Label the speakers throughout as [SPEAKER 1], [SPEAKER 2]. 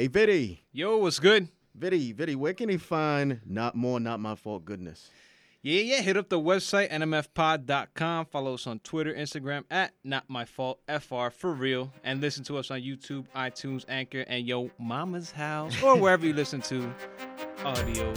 [SPEAKER 1] Hey, Viddy,
[SPEAKER 2] Yo, what's good?
[SPEAKER 1] Viddy, Viddy, where can he find not more, not my fault goodness?
[SPEAKER 2] Yeah, yeah. Hit up the website, nmfpod.com. Follow us on Twitter, Instagram at Not My Fault FR for real. And listen to us on YouTube, iTunes, Anchor, and Yo Mama's House, or wherever you listen to audio.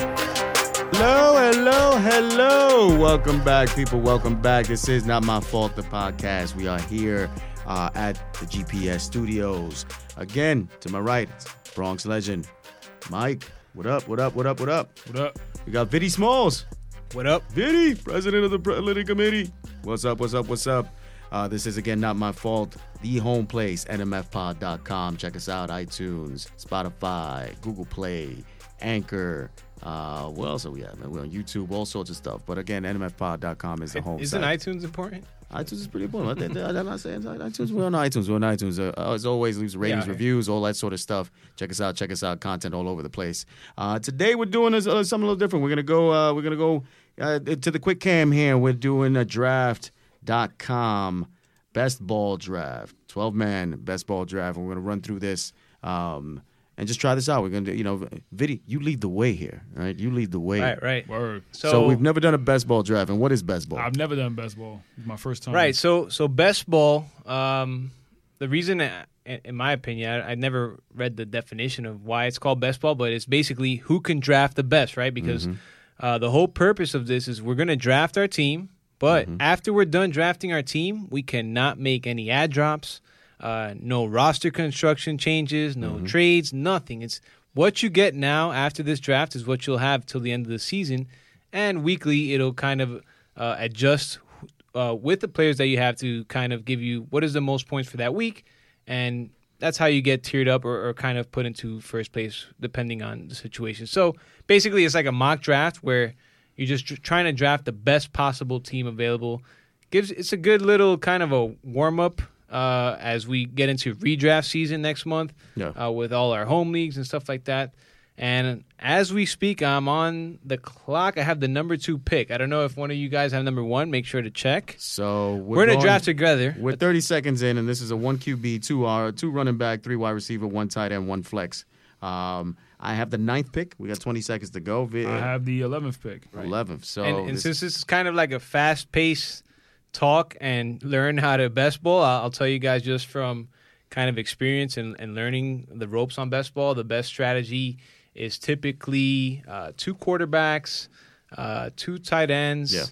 [SPEAKER 1] Hello, hello, hello. Welcome back, people. Welcome back. This is Not My Fault, the podcast. We are here uh, at the GPS studios. Again, to my right, it's Bronx legend, Mike. What up, what up, what up, what up?
[SPEAKER 2] What up?
[SPEAKER 1] We got Viddy Smalls.
[SPEAKER 2] What up?
[SPEAKER 1] Vinny, president of the Political Committee. What's up? What's up? What's up? Uh, this is again not my fault. The home place, nmfpod.com. Check us out, iTunes, Spotify, Google Play, Anchor. Uh, what else are we at? Man, we're on YouTube, all sorts of stuff. But again, nmfpod.com is the home.
[SPEAKER 2] Isn't
[SPEAKER 1] site.
[SPEAKER 2] iTunes important?
[SPEAKER 1] iTunes is pretty important. I think- I'm not saying iTunes. We're on iTunes. We're on iTunes. Uh, as always, leaves ratings,
[SPEAKER 2] Yeah.
[SPEAKER 1] reviews, all that sort of stuff. Check us out. Check us out. Content all over the place. Uh, today we're doing is, uh, something a little different. We're gonna go. Uh, we're gonna go uh, to the quick cam here. We're doing a draft.com best ball draft, twelve man best ball draft, and we're gonna run through this. Um, and just try this out. We're gonna, do, you know, Vidi, you lead the way here, right? You lead the way.
[SPEAKER 2] right.
[SPEAKER 3] Word.
[SPEAKER 1] So, we've never done a best ball draft, and what is best ball?
[SPEAKER 3] I've never done best ball. It's my first time.
[SPEAKER 2] Right. So so best ball. Um, the reason, I- in in my opinion, I, I never read the definition of why it's called best ball, but it's basically who can draft the best, right? Because uh, the whole purpose of this is we're going to draft our team, but after we're done drafting our team, we cannot make any ad drops, uh, no roster construction changes, no trades, nothing. It's what you get now after this draft is what you'll have till the end of the season, and weekly it'll kind of uh, adjust uh, with the players that you have to kind of give you what is the most points for that week, and that's how you get tiered up or, or kind of put into first place depending on the situation. So basically, it's like a mock draft where you're just tr- trying to draft the best possible team available. Gives it's a good little kind of a warm up uh, as we get into redraft season next month
[SPEAKER 1] Yeah.
[SPEAKER 2] uh, with all our home leagues and stuff like that. And as we speak, I'm on the clock. I have the number two pick. I don't know if one of you guys have number one. Make sure to check.
[SPEAKER 1] So we're,
[SPEAKER 2] We're, gonna
[SPEAKER 1] going-
[SPEAKER 2] draft together.
[SPEAKER 1] We're 30 seconds in, and this is a one QB, two R, two running back, three wide receiver, one tight end, one flex. Um, I have the ninth pick. We got 20 seconds to go. Vi-
[SPEAKER 3] I have the 11th pick.
[SPEAKER 1] 11th. So
[SPEAKER 2] and, and
[SPEAKER 1] this-
[SPEAKER 2] since this is kind of like a fast paced talk and learn how to best ball, I'll, I'll tell you guys just from kind of experience and, and learning the ropes on best ball, the best strategy is typically uh, two quarterbacks, uh, two tight ends,
[SPEAKER 1] Yeah.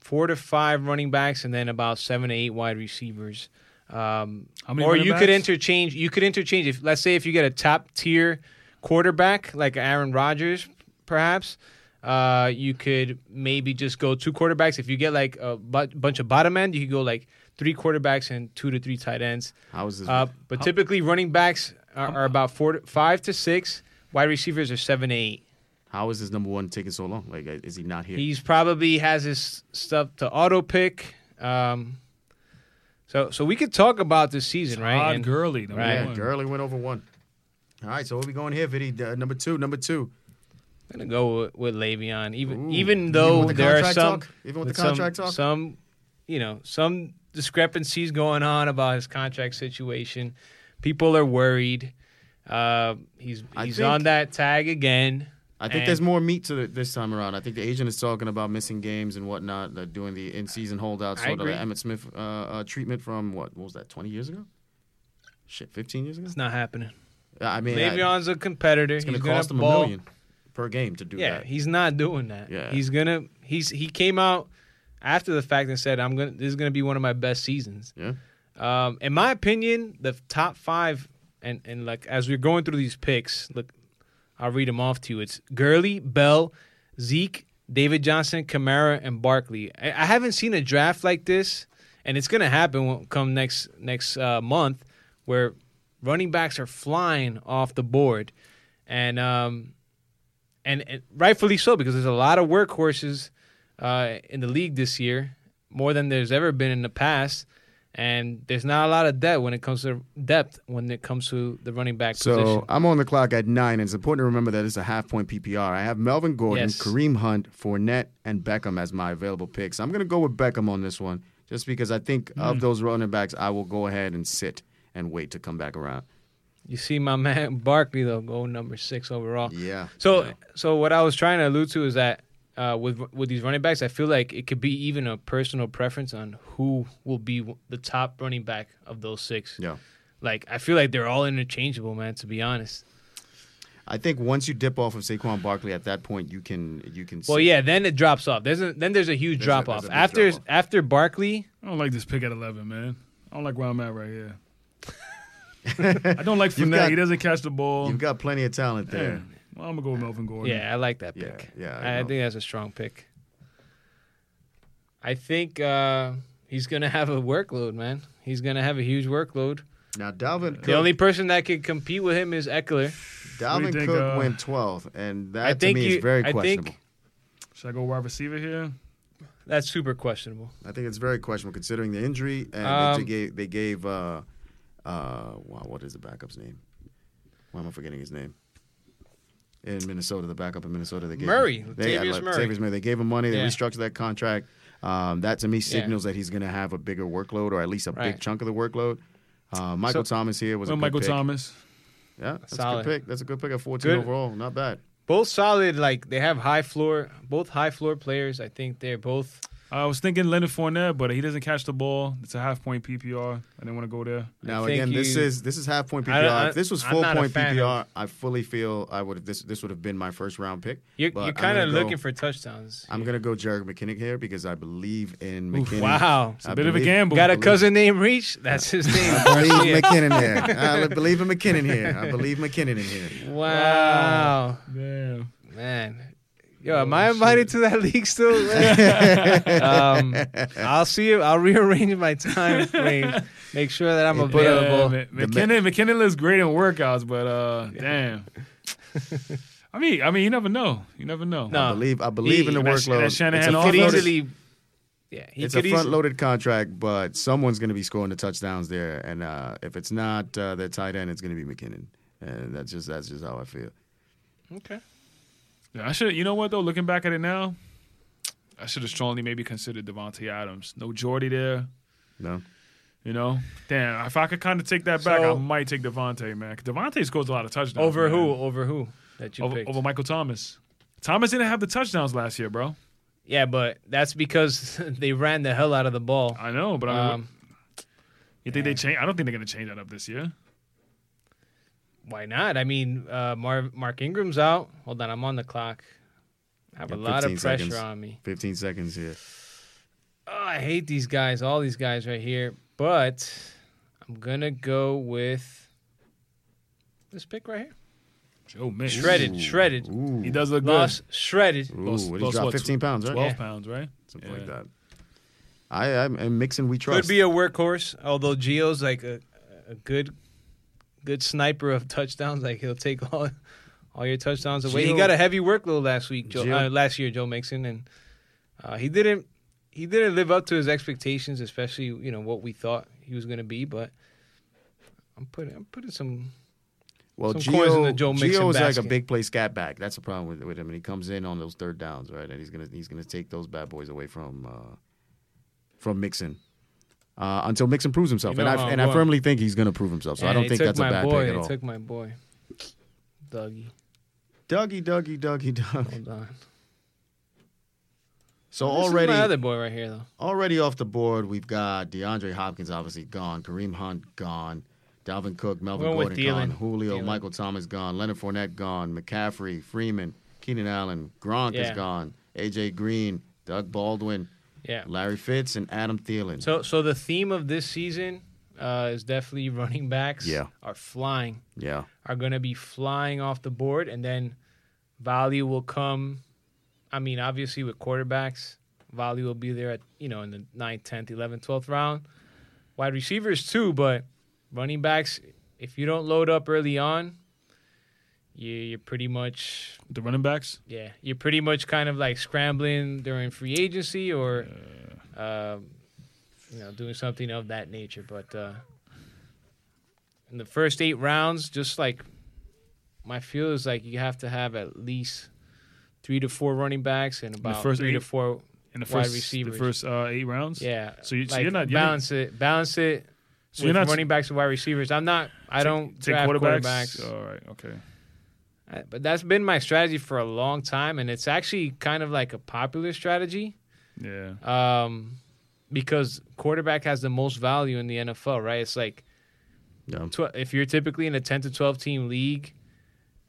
[SPEAKER 2] four to five running backs, and then about seven to eight wide receivers. Um,
[SPEAKER 3] How many
[SPEAKER 2] or
[SPEAKER 3] running
[SPEAKER 2] you could
[SPEAKER 3] backs?
[SPEAKER 2] interchange. You could interchange. If let's say if you get a top tier quarterback like Aaron Rodgers, perhaps uh, you could maybe just go two quarterbacks. If you get like a bu- bunch of bottom end, you could go like three quarterbacks and two to three tight ends.
[SPEAKER 1] how is this?
[SPEAKER 2] Uh, but typically, running backs are, are about four, to, five to six. Wide receivers are seven to eight.
[SPEAKER 1] how is this number one taking so long? Like, is he not here?
[SPEAKER 2] He's probably has his stuff to auto pick. Um, so, so we could talk about this season, right?
[SPEAKER 3] Todd
[SPEAKER 2] And-
[SPEAKER 3] Gurley. number
[SPEAKER 2] Right.
[SPEAKER 1] yeah,
[SPEAKER 3] one.
[SPEAKER 1] Gurley went over one. All right, so where we going here, Vidi? Uh, number two, number two.
[SPEAKER 2] I'm gonna go with, with Le'Veon, even
[SPEAKER 1] Ooh.
[SPEAKER 2] even though
[SPEAKER 1] with the
[SPEAKER 2] there are
[SPEAKER 1] contract
[SPEAKER 2] some
[SPEAKER 1] talk? Even with the
[SPEAKER 2] some-
[SPEAKER 1] contract talk?
[SPEAKER 2] some you know some discrepancies going on about his contract situation. People are worried. Uh, he's
[SPEAKER 1] I
[SPEAKER 2] he's
[SPEAKER 1] think-
[SPEAKER 2] on that tag again.
[SPEAKER 1] I think
[SPEAKER 2] And-
[SPEAKER 1] there's more meat to it this time around. I think the agent is talking about missing games and whatnot, uh, doing the in-season holdout,
[SPEAKER 2] I
[SPEAKER 1] sort of
[SPEAKER 2] agree.
[SPEAKER 1] like Emmett Smith uh, uh, treatment from what? What was that? 20 years ago? Shit, 15 years ago?
[SPEAKER 2] It's not happening.
[SPEAKER 1] I mean, I-
[SPEAKER 2] Le'Veon's a competitor.
[SPEAKER 1] It's going
[SPEAKER 2] he's
[SPEAKER 1] to cost
[SPEAKER 2] gonna
[SPEAKER 1] him a
[SPEAKER 2] ball.
[SPEAKER 1] million per game to do
[SPEAKER 2] Yeah,
[SPEAKER 1] that.
[SPEAKER 2] he's not doing that.
[SPEAKER 1] Yeah.
[SPEAKER 2] he's gonna he's he came out after the fact and said, "I'm gonna this is gonna be one of my best seasons."
[SPEAKER 1] yeah.
[SPEAKER 2] Um, in my opinion, the top five, and, and like as we're going through these picks, look, I'll read them off to you. It's Gurley, Bell, Zeke, David Johnson, Kamara, and Barkley. I, I haven't seen a draft like this, and it's gonna happen when, come next next uh, month, where running backs are flying off the board, and um, and, and rightfully so because there's a lot of workhorses uh, in the league this year, more than there's ever been in the past. And there's not a lot of depth when it comes to depth when it comes to the running back
[SPEAKER 1] So uh,
[SPEAKER 2] position.
[SPEAKER 1] I'm on the clock at nine, and it's important to remember that it's a half point PPR. I have Melvin Gordon,
[SPEAKER 2] Yes.
[SPEAKER 1] Kareem Hunt, Fournette, and Beckham as my available picks. I'm going to go with Beckham on this one just because I think
[SPEAKER 2] Mm.
[SPEAKER 1] of those running backs, I will go ahead and sit and wait to come back around.
[SPEAKER 2] You see my man Barkley though go number six overall.
[SPEAKER 1] Yeah.
[SPEAKER 2] So
[SPEAKER 1] Yeah.
[SPEAKER 2] so what I was trying to allude to is that uh, with with these running backs, I feel like it could be even a personal preference on who will be w- the top running back of those six.
[SPEAKER 1] Yeah.
[SPEAKER 2] Like I feel like they're all interchangeable, man. To be honest.
[SPEAKER 1] I think once you dip off of Saquon Barkley, at that point you can you can.
[SPEAKER 2] Well,
[SPEAKER 1] sit.
[SPEAKER 2] yeah. Then it drops off. There's a, then there's a huge
[SPEAKER 1] There's a-
[SPEAKER 2] drop
[SPEAKER 1] there's
[SPEAKER 2] off
[SPEAKER 1] a big
[SPEAKER 2] after
[SPEAKER 1] drop-off.
[SPEAKER 2] after Barkley.
[SPEAKER 3] I don't like this pick at 11, man. I don't like where I'm at right here. I don't like
[SPEAKER 1] You've
[SPEAKER 3] Fournette.
[SPEAKER 1] got-
[SPEAKER 3] he doesn't catch the ball.
[SPEAKER 1] You've got plenty of talent
[SPEAKER 3] yeah.
[SPEAKER 1] there.
[SPEAKER 3] Well, I'm gonna go with Melvin Gordon.
[SPEAKER 2] Yeah, I like that
[SPEAKER 1] Yeah,
[SPEAKER 2] pick.
[SPEAKER 1] yeah, I
[SPEAKER 2] I, I
[SPEAKER 1] know.
[SPEAKER 2] think that's a strong pick. I think uh, he's gonna have a workload, man. He's gonna have a huge workload.
[SPEAKER 1] Now Dalvin Cook,
[SPEAKER 2] The only person that could compete with him is Eckler.
[SPEAKER 1] Dalvin
[SPEAKER 3] What do you think,
[SPEAKER 1] Cook
[SPEAKER 3] uh,
[SPEAKER 1] went 12th, and that
[SPEAKER 2] I think
[SPEAKER 1] to me
[SPEAKER 2] you-
[SPEAKER 1] is very
[SPEAKER 2] I think-
[SPEAKER 1] questionable.
[SPEAKER 3] Should I go wide receiver here?
[SPEAKER 2] That's super questionable.
[SPEAKER 1] I think it's very questionable considering the injury, and
[SPEAKER 2] Um,
[SPEAKER 1] they gave they gave uh, uh, wow, what is the backup's name? Why am I forgetting his name? In Minnesota, the backup in Minnesota, they gave
[SPEAKER 2] Murray,
[SPEAKER 1] Him, they,
[SPEAKER 2] Latavius
[SPEAKER 1] uh,
[SPEAKER 2] Murray.
[SPEAKER 1] Latavius They gave him money. They
[SPEAKER 2] Yeah.
[SPEAKER 1] restructured that contract. Um, that to me signals that he's going to have a bigger workload, or at least a big
[SPEAKER 2] Right.
[SPEAKER 1] chunk of the workload. Uh, Michael Thomas here was
[SPEAKER 3] Well,
[SPEAKER 1] a good
[SPEAKER 3] Michael
[SPEAKER 1] pick.
[SPEAKER 3] Thomas.
[SPEAKER 1] Yeah, that's
[SPEAKER 2] Solid.
[SPEAKER 1] a good pick. That's a good pick at 14
[SPEAKER 2] Good.
[SPEAKER 1] overall. Not bad.
[SPEAKER 2] Both solid. Like they have high floor. Both high floor players. I think they're both.
[SPEAKER 3] I was thinking Leonard Fournette, but he doesn't catch the ball. It's a half point PPR. I didn't want to go there.
[SPEAKER 1] Now
[SPEAKER 2] think
[SPEAKER 1] again, this
[SPEAKER 2] you-
[SPEAKER 1] is this is half point
[SPEAKER 2] I-
[SPEAKER 1] PPR.
[SPEAKER 2] I-
[SPEAKER 1] if this was
[SPEAKER 2] I'm
[SPEAKER 1] full
[SPEAKER 2] not a
[SPEAKER 1] point
[SPEAKER 2] fan
[SPEAKER 1] PPR, I fully feel I would have this this would have been my first round pick.
[SPEAKER 2] You're,
[SPEAKER 1] but
[SPEAKER 2] you're
[SPEAKER 1] I'm
[SPEAKER 2] kind of
[SPEAKER 1] gonna go-
[SPEAKER 2] looking for touchdowns.
[SPEAKER 1] I'm gonna go Jared McKinnon here because I believe in McKinnon.
[SPEAKER 2] wow. It's
[SPEAKER 3] It's a
[SPEAKER 1] I
[SPEAKER 3] bit of a
[SPEAKER 1] believe-
[SPEAKER 3] gamble.
[SPEAKER 2] Got a
[SPEAKER 1] believe-
[SPEAKER 2] cousin named Reach. That's his name.
[SPEAKER 1] I believe
[SPEAKER 2] Garcia.
[SPEAKER 1] McKinnon here. I believe in McKinnon here. I believe McKinnon in here.
[SPEAKER 2] wow,
[SPEAKER 3] Damn.
[SPEAKER 2] man. Yo, am
[SPEAKER 3] Oh,
[SPEAKER 2] I invited to that league still? um, I'll see you. I'll rearrange my time frame. Make sure that I'm
[SPEAKER 1] Yeah,
[SPEAKER 2] available.
[SPEAKER 3] Yeah, Ma-
[SPEAKER 1] The
[SPEAKER 3] McKinnon, McKinnon looks great in workouts, but uh, damn. I mean, I mean, you never know. You never know.
[SPEAKER 2] No.
[SPEAKER 1] I believe I believe in the
[SPEAKER 3] That's-
[SPEAKER 1] workload.
[SPEAKER 3] that's Shanahan
[SPEAKER 1] it's a
[SPEAKER 2] he could
[SPEAKER 3] also
[SPEAKER 1] front
[SPEAKER 3] noticed-
[SPEAKER 1] loaded,
[SPEAKER 2] easily. Yeah, he
[SPEAKER 1] it's
[SPEAKER 2] could
[SPEAKER 1] a
[SPEAKER 2] easily-
[SPEAKER 1] front loaded contract, but someone's gonna be scoring the touchdowns there, and uh, if it's not uh, the tight end, it's gonna be McKinnon, and that's just that's just how I feel.
[SPEAKER 2] Okay.
[SPEAKER 3] Yeah, I should. You know what though? Looking back at it now, I should have strongly maybe considered Devontae Adams. No Jordy there.
[SPEAKER 1] No.
[SPEAKER 3] You know, damn. If I could kind of take that back,
[SPEAKER 2] So-
[SPEAKER 3] I might take Devontae, man. 'Cause Devontae scores a lot of touchdowns.
[SPEAKER 2] Over
[SPEAKER 3] man.
[SPEAKER 2] who? Over who that you
[SPEAKER 3] Over,
[SPEAKER 2] picked?
[SPEAKER 3] over Michael Thomas. Thomas didn't have the touchdowns last year, bro.
[SPEAKER 2] Yeah, but that's because they ran the hell out of the ball.
[SPEAKER 3] I know, but I mean,
[SPEAKER 2] Um,
[SPEAKER 3] you think they change? I don't think they're gonna change that up this year.
[SPEAKER 2] why not? I mean, uh, Mar- Mark Ingram's out. Hold on, I'm on the clock. I have a
[SPEAKER 1] Yeah,
[SPEAKER 2] lot of
[SPEAKER 1] 15
[SPEAKER 2] pressure
[SPEAKER 1] seconds.
[SPEAKER 2] on me.
[SPEAKER 1] 15 seconds here.
[SPEAKER 2] Oh, I hate these guys, all these guys right here. But I'm gonna go with this pick right here.
[SPEAKER 3] Joe Mix.
[SPEAKER 2] Shredded, shredded,
[SPEAKER 1] Ooh.
[SPEAKER 3] He does look
[SPEAKER 2] lost, shredded.
[SPEAKER 1] Ooh,
[SPEAKER 3] lost-
[SPEAKER 1] what he
[SPEAKER 3] lost
[SPEAKER 1] dropped?
[SPEAKER 3] what,
[SPEAKER 1] 15 pounds,
[SPEAKER 3] good.
[SPEAKER 1] right?
[SPEAKER 3] Twelve
[SPEAKER 2] Yeah.
[SPEAKER 3] pounds, right?
[SPEAKER 1] Something
[SPEAKER 3] Yeah.
[SPEAKER 1] like that. I, I'm, I'm mixing we trust.
[SPEAKER 2] Could be a workhorse, although Gio's like a, a good good sniper of touchdowns. Like he'll take all all your touchdowns away. he
[SPEAKER 1] Gio-
[SPEAKER 2] got a heavy workload last week, Joe,
[SPEAKER 1] Gio-
[SPEAKER 2] uh, last year, Joe Mixon, and uh, he didn't he didn't live up to his expectations, especially you know what we thought he was going to be. But I'm putting I'm putting some
[SPEAKER 1] well,
[SPEAKER 2] some coins in the Joe Mixon
[SPEAKER 1] Gio is like a
[SPEAKER 2] basket.
[SPEAKER 1] big play scat back. That's the problem with, with him. And he comes in on those third downs, right? And he's gonna he's gonna take those bad boys away from uh, from Mixon uh, until Mixon proves himself.
[SPEAKER 2] You know uh,
[SPEAKER 1] and
[SPEAKER 2] how
[SPEAKER 1] I
[SPEAKER 2] I'm
[SPEAKER 1] and I
[SPEAKER 2] going.
[SPEAKER 1] firmly think he's gonna prove himself. So I
[SPEAKER 2] and
[SPEAKER 1] don't
[SPEAKER 2] they
[SPEAKER 1] think
[SPEAKER 2] took
[SPEAKER 1] that's a
[SPEAKER 2] my
[SPEAKER 1] bad
[SPEAKER 2] boy,
[SPEAKER 1] pick at
[SPEAKER 2] they
[SPEAKER 1] all.
[SPEAKER 2] Took my boy, Dougie.
[SPEAKER 1] Dougie, Dougie, Dougie, Dougie.
[SPEAKER 2] Hold on.
[SPEAKER 1] So
[SPEAKER 2] this is my
[SPEAKER 1] already
[SPEAKER 2] other boy right here though.
[SPEAKER 1] Already off the board, we've got DeAndre Hopkins obviously gone, Kareem Hunt gone, Dalvin Cook, Melvin
[SPEAKER 2] Went with
[SPEAKER 1] Gordon gone,
[SPEAKER 2] Thielen.
[SPEAKER 1] Julio,
[SPEAKER 2] Thielen.
[SPEAKER 1] Michael Thomas gone, Leonard Fournette gone, McCaffrey, Freeman, Keenan Allen, Gronk is
[SPEAKER 2] Yeah.
[SPEAKER 1] gone, AJ Green, Doug Baldwin,
[SPEAKER 2] Yeah.
[SPEAKER 1] Larry Fitz, and Adam Thielen.
[SPEAKER 2] So, so the theme of this season uh, is definitely running backs.
[SPEAKER 1] Yeah.
[SPEAKER 2] are flying,
[SPEAKER 1] yeah,
[SPEAKER 2] are going to be flying off the board, and then value will come. I mean, obviously with quarterbacks, value will be there at you know in the 9th, tenth, eleventh, twelfth round. Wide receivers too, but running backs. If you don't load up early on, you, you're pretty much
[SPEAKER 3] The running backs.
[SPEAKER 2] yeah you're pretty much kind of like scrambling during free agency or um, you know doing something of that nature. But uh, in the first eight rounds, just like my feel is like you have to have at least three to four running backs and about
[SPEAKER 3] first
[SPEAKER 2] three to
[SPEAKER 3] eight?
[SPEAKER 2] four
[SPEAKER 3] In the
[SPEAKER 2] Wide
[SPEAKER 3] first, the
[SPEAKER 2] receivers.
[SPEAKER 3] first uh, eight rounds.
[SPEAKER 2] yeah.
[SPEAKER 3] So you- so
[SPEAKER 2] like
[SPEAKER 3] you're not- you're not-
[SPEAKER 2] balance it balance it.
[SPEAKER 3] So
[SPEAKER 2] with
[SPEAKER 3] you're not
[SPEAKER 2] running backs and wide receivers. I'm not. I don't
[SPEAKER 3] take
[SPEAKER 2] draft
[SPEAKER 3] quarterbacks.
[SPEAKER 2] quarterbacks.
[SPEAKER 3] All right. Okay.
[SPEAKER 2] I- But that's been my strategy for a long time, and it's actually kind of like a popular strategy
[SPEAKER 3] Yeah.
[SPEAKER 2] um, because quarterback has the most value in the NFL, right? It's like
[SPEAKER 1] Yeah.
[SPEAKER 2] tw- if you're typically in a 10 to 12 team league,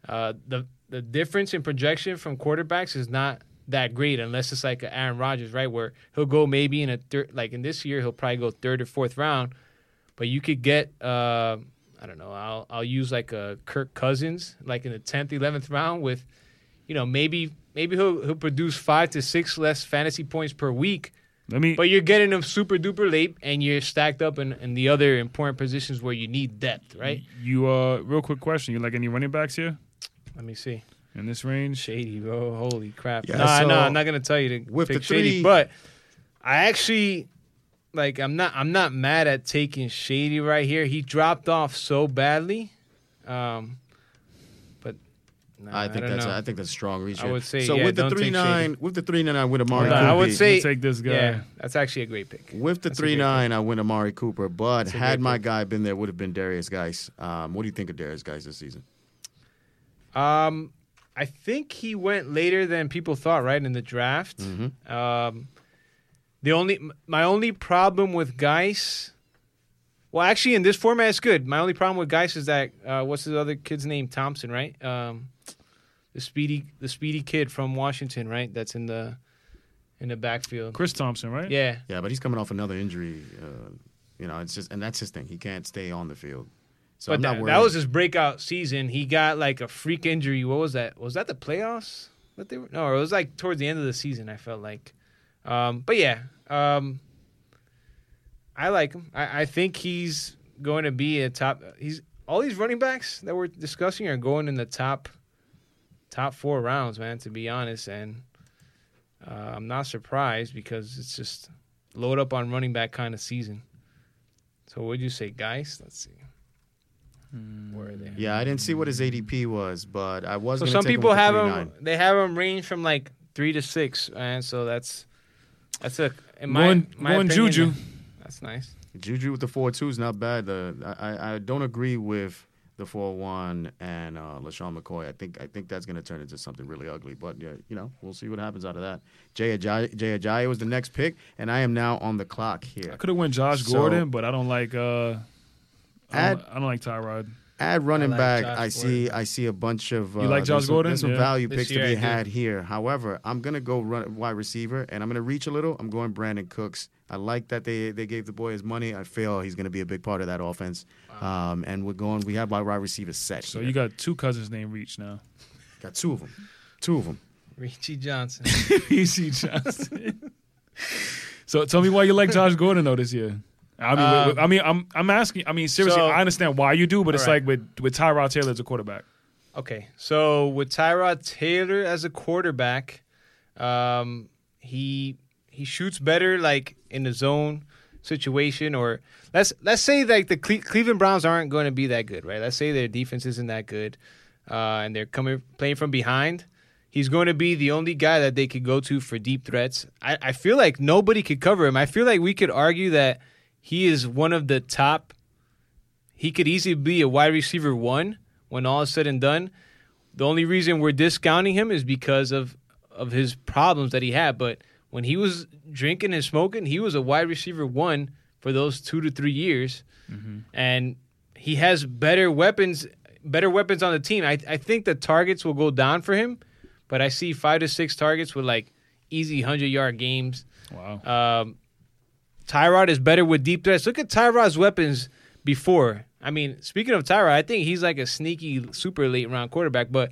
[SPEAKER 2] uh, the the difference in projection from quarterbacks is not that great unless it's like a Aaron Rodgers, right? Where he'll go maybe in a third, like in this year, he'll probably go third or fourth round, but you could get, uh, I don't know, I'll I'll use like a Kirk Cousins, like in the 10th, 11th round with, you know, maybe maybe he'll he'll produce five to six less fantasy points per week,
[SPEAKER 3] Let me.
[SPEAKER 2] but you're getting them super duper late, and you're stacked up in, in the other important positions where you need depth, right?
[SPEAKER 3] You uh, real quick question. You like any running backs here Mm-hmm.
[SPEAKER 2] Let me see.
[SPEAKER 3] in this range?
[SPEAKER 2] Shady, bro. Holy crap.
[SPEAKER 1] Yeah,
[SPEAKER 2] no, nah,
[SPEAKER 1] so-
[SPEAKER 2] no, I'm not gonna tell you to
[SPEAKER 1] With
[SPEAKER 2] pick
[SPEAKER 1] the
[SPEAKER 2] Shady,
[SPEAKER 1] three-
[SPEAKER 2] but I actually like I'm not I'm not mad at taking Shady right here. He dropped off so badly. Um but nah,
[SPEAKER 1] I think
[SPEAKER 2] don't
[SPEAKER 1] that's
[SPEAKER 2] know.
[SPEAKER 1] a, I think that's a strong reach.
[SPEAKER 2] I
[SPEAKER 1] here.
[SPEAKER 2] would say,
[SPEAKER 1] so
[SPEAKER 2] yeah,
[SPEAKER 1] with the
[SPEAKER 2] don't take
[SPEAKER 1] three nine with the three nine I win Amari
[SPEAKER 2] Hold on,
[SPEAKER 1] Cooper.
[SPEAKER 2] I would say
[SPEAKER 3] We'll take this guy.
[SPEAKER 2] Yeah, that's actually a great pick.
[SPEAKER 1] with the
[SPEAKER 2] That's a
[SPEAKER 1] three
[SPEAKER 2] great
[SPEAKER 1] nine I win Amari Cooper, but
[SPEAKER 2] a
[SPEAKER 1] had
[SPEAKER 2] great
[SPEAKER 1] my
[SPEAKER 2] pick.
[SPEAKER 1] guy been there, would have been Darius Geis. Um, what do you think of Darius Geis this season?
[SPEAKER 2] Um, I think he went later than people thought, right in the draft. Um, the only m- my only problem with Geis, well, actually in this format it's good. My only problem with Geis is that uh, what's his other kid's name? Thompson, right? Um, the speedy the speedy kid from Washington, right? That's in the in the backfield.
[SPEAKER 3] Chris Thompson, right?
[SPEAKER 2] Yeah,
[SPEAKER 1] Yeah, but he's coming off another injury. Uh, you know, it's just and that's his thing. He can't stay on the field. So I'm
[SPEAKER 2] but
[SPEAKER 1] not
[SPEAKER 2] that,
[SPEAKER 1] worried.
[SPEAKER 2] that was his breakout season. He got like a freak injury. What was that? Was that the playoffs? That they were no, it was like towards the end of the season. I felt like, um, but yeah, um, I like him. I, I think he's going to be a top. He's all these running backs that we're discussing are going in the top, top four rounds, man. To be honest, and uh, I'm not surprised because it's just load up on running back kind of season. So what'd you say, guys? Let's see.
[SPEAKER 3] Hmm.
[SPEAKER 2] Where are they?
[SPEAKER 1] yeah, I didn't see what his ADP was, but I was.
[SPEAKER 2] So
[SPEAKER 1] gonna
[SPEAKER 2] some
[SPEAKER 1] take him
[SPEAKER 2] people
[SPEAKER 1] with the
[SPEAKER 2] have
[SPEAKER 1] 3-9.
[SPEAKER 2] them. They have them range from like three to six, and so that's that's a in my,
[SPEAKER 3] Going-
[SPEAKER 2] my
[SPEAKER 3] going
[SPEAKER 2] opinion,
[SPEAKER 3] Juju.
[SPEAKER 2] That's nice.
[SPEAKER 1] Juju with the four two is not bad. The I, I- I don't agree with the four one and uh, Lashawn McCoy. I think I think that's going to turn into something really ugly. But yeah, you know, we'll see what happens out of that. Jay Ajayi, Jay Ajayi was the next pick, and I am now on the clock
[SPEAKER 3] I
[SPEAKER 1] here.
[SPEAKER 3] could have went Josh
[SPEAKER 1] So-
[SPEAKER 3] Gordon, but I don't like. Uh, I,
[SPEAKER 1] Add-
[SPEAKER 3] don't, I don't like Tyrod.
[SPEAKER 1] At running
[SPEAKER 2] I like
[SPEAKER 1] back,
[SPEAKER 2] Josh
[SPEAKER 1] I see I see a bunch of uh,
[SPEAKER 3] You like Josh
[SPEAKER 1] there's some-
[SPEAKER 3] Gordon?
[SPEAKER 1] There's some
[SPEAKER 3] Yeah.
[SPEAKER 1] value
[SPEAKER 2] This
[SPEAKER 1] picks to
[SPEAKER 2] year I
[SPEAKER 1] be
[SPEAKER 2] do.
[SPEAKER 1] had here. However, I'm gonna go run wide receiver, and I'm gonna reach a little. I'm going Brandon Cooks. I like that they they gave the boy his money. I feel he's gonna be a big part of that offense. Um, and we're going. We have our wide receiver set.
[SPEAKER 3] So
[SPEAKER 1] here.
[SPEAKER 3] you got two cousins named Reach now.
[SPEAKER 1] Got two of them. Two of them.
[SPEAKER 2] Richie Johnson.
[SPEAKER 3] PC Johnson. so tell me why you like Josh Gordon though this year. I mean,
[SPEAKER 2] Um,
[SPEAKER 3] wait, wait, I mean, I'm I'm asking. I mean, seriously,
[SPEAKER 2] so-
[SPEAKER 3] I understand why you do, but it's
[SPEAKER 2] All right.
[SPEAKER 3] like with with Tyrod Taylor as a quarterback.
[SPEAKER 2] Okay, so with Tyrod Taylor as a quarterback, um, he he shoots better like in the zone situation, or let's let's say like the Cle- Cleveland Browns aren't going to be that good, right? Let's say their defense isn't that good, uh, and they're coming playing from behind. He's going to be the only guy that they could go to for deep threats. I, I feel like nobody could cover him. I feel like we could argue that he is one of the top he could easily be a wide receiver one when all is said and done. The only reason we're discounting him is because of of his problems that he had. But when he was drinking and smoking, he was a wide receiver one for those two to three years, and he has better weapons, better weapons on the team. I I think the targets will go down for him, but I see five to six targets with like easy hundred yard games.
[SPEAKER 3] Wow.
[SPEAKER 2] Um, Tyrod is better with deep threats. Look at Tyrod's weapons before. I mean, speaking of Tyrod, I think he's like a sneaky, super late round quarterback. But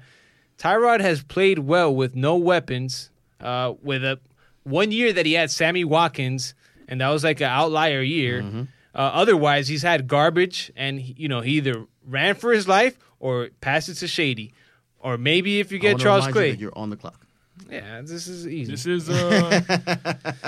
[SPEAKER 2] Tyrod has played well with no weapons. Uh, with a one year that he had Sammy Watkins, and that was like an outlier year.
[SPEAKER 1] Mm-hmm.
[SPEAKER 2] Uh, otherwise, he's had garbage, and he- you know he either ran for his life or passed it to Shady. Or maybe if you
[SPEAKER 1] I
[SPEAKER 2] get
[SPEAKER 1] wanna
[SPEAKER 2] Charles
[SPEAKER 1] remind Oh, You
[SPEAKER 2] Clay.
[SPEAKER 1] that you're on the clock.
[SPEAKER 2] yeah, this is easy.
[SPEAKER 3] This is uh,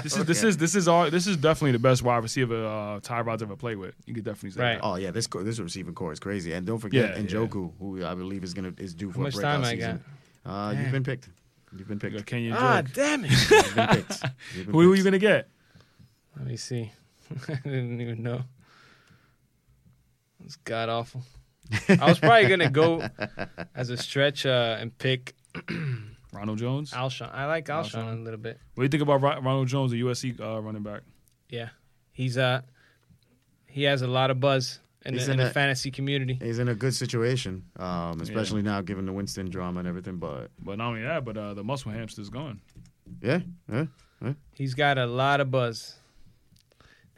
[SPEAKER 3] this is this is this is all this is definitely the best wide receiver uh, Tyrod's ever played with. You could definitely say
[SPEAKER 2] Right.
[SPEAKER 3] that.
[SPEAKER 1] Oh yeah, this co- this receiving core is crazy, and don't forget
[SPEAKER 3] Yeah, yeah.
[SPEAKER 1] Njoku, who I believe is gonna is due for
[SPEAKER 2] much
[SPEAKER 1] a breakout
[SPEAKER 2] time I
[SPEAKER 1] season. Uh, you've
[SPEAKER 2] Damn.
[SPEAKER 1] been picked. You've been
[SPEAKER 3] You got
[SPEAKER 1] picked.
[SPEAKER 3] Kenyon
[SPEAKER 2] ah,
[SPEAKER 3] Drake.
[SPEAKER 2] damn it.
[SPEAKER 1] You've been picked. You've been
[SPEAKER 3] Who, who are
[SPEAKER 1] picked.
[SPEAKER 3] you gonna get?
[SPEAKER 2] Let me see. I didn't even know. It's god awful. I was probably gonna go as a stretch uh, and pick
[SPEAKER 3] Ronald Jones.
[SPEAKER 1] Ah.
[SPEAKER 3] What
[SPEAKER 2] Alshon. I like Alshon,
[SPEAKER 3] Alshon.
[SPEAKER 2] a little bit.
[SPEAKER 3] do you think about Ro- Ronald Jones, the USC uh, running back?
[SPEAKER 2] Yeah, he's uh he has a lot of buzz in,
[SPEAKER 1] He's
[SPEAKER 2] the, in
[SPEAKER 1] in
[SPEAKER 2] the
[SPEAKER 1] a-
[SPEAKER 2] fantasy community.
[SPEAKER 1] He's in a good situation, um, especially now given the Winston drama and everything. But
[SPEAKER 3] But not only that, but uh, the muscle hamster's gone.
[SPEAKER 1] yeah, yeah.
[SPEAKER 2] He's got a lot of buzz.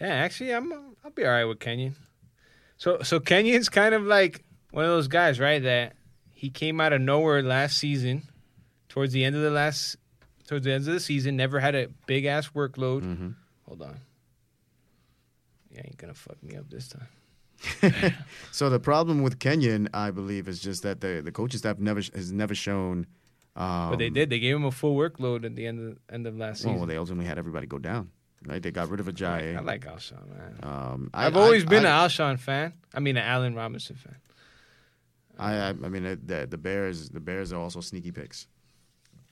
[SPEAKER 2] Yeah, actually, I'm I'll be all right with Kenyon. So so Kenyon's kind of like one of those guys, right? That he came out of nowhere last season, towards the end of the last, towards the end of the season, never had a big ass workload.
[SPEAKER 1] hmm
[SPEAKER 2] Hold on, you ain't gonna fuck me up this time.
[SPEAKER 1] So the problem with Kenyon, I believe, is just that the the coaching staff never sh- has never shown. Um, Oh,
[SPEAKER 2] But they did. They gave him a full workload at the end of end of last
[SPEAKER 1] Well,
[SPEAKER 2] season.
[SPEAKER 1] they ultimately had everybody go down. Right? They got rid of a
[SPEAKER 2] I,
[SPEAKER 1] Jai.
[SPEAKER 2] like Alshon, man.
[SPEAKER 1] Um, I,
[SPEAKER 2] I've always
[SPEAKER 1] I-
[SPEAKER 2] been
[SPEAKER 1] I,
[SPEAKER 2] an Alshon fan. I mean, an Allen Robinson fan.
[SPEAKER 1] I, I, I mean, uh, the, the Bears. The Bears are also sneaky picks.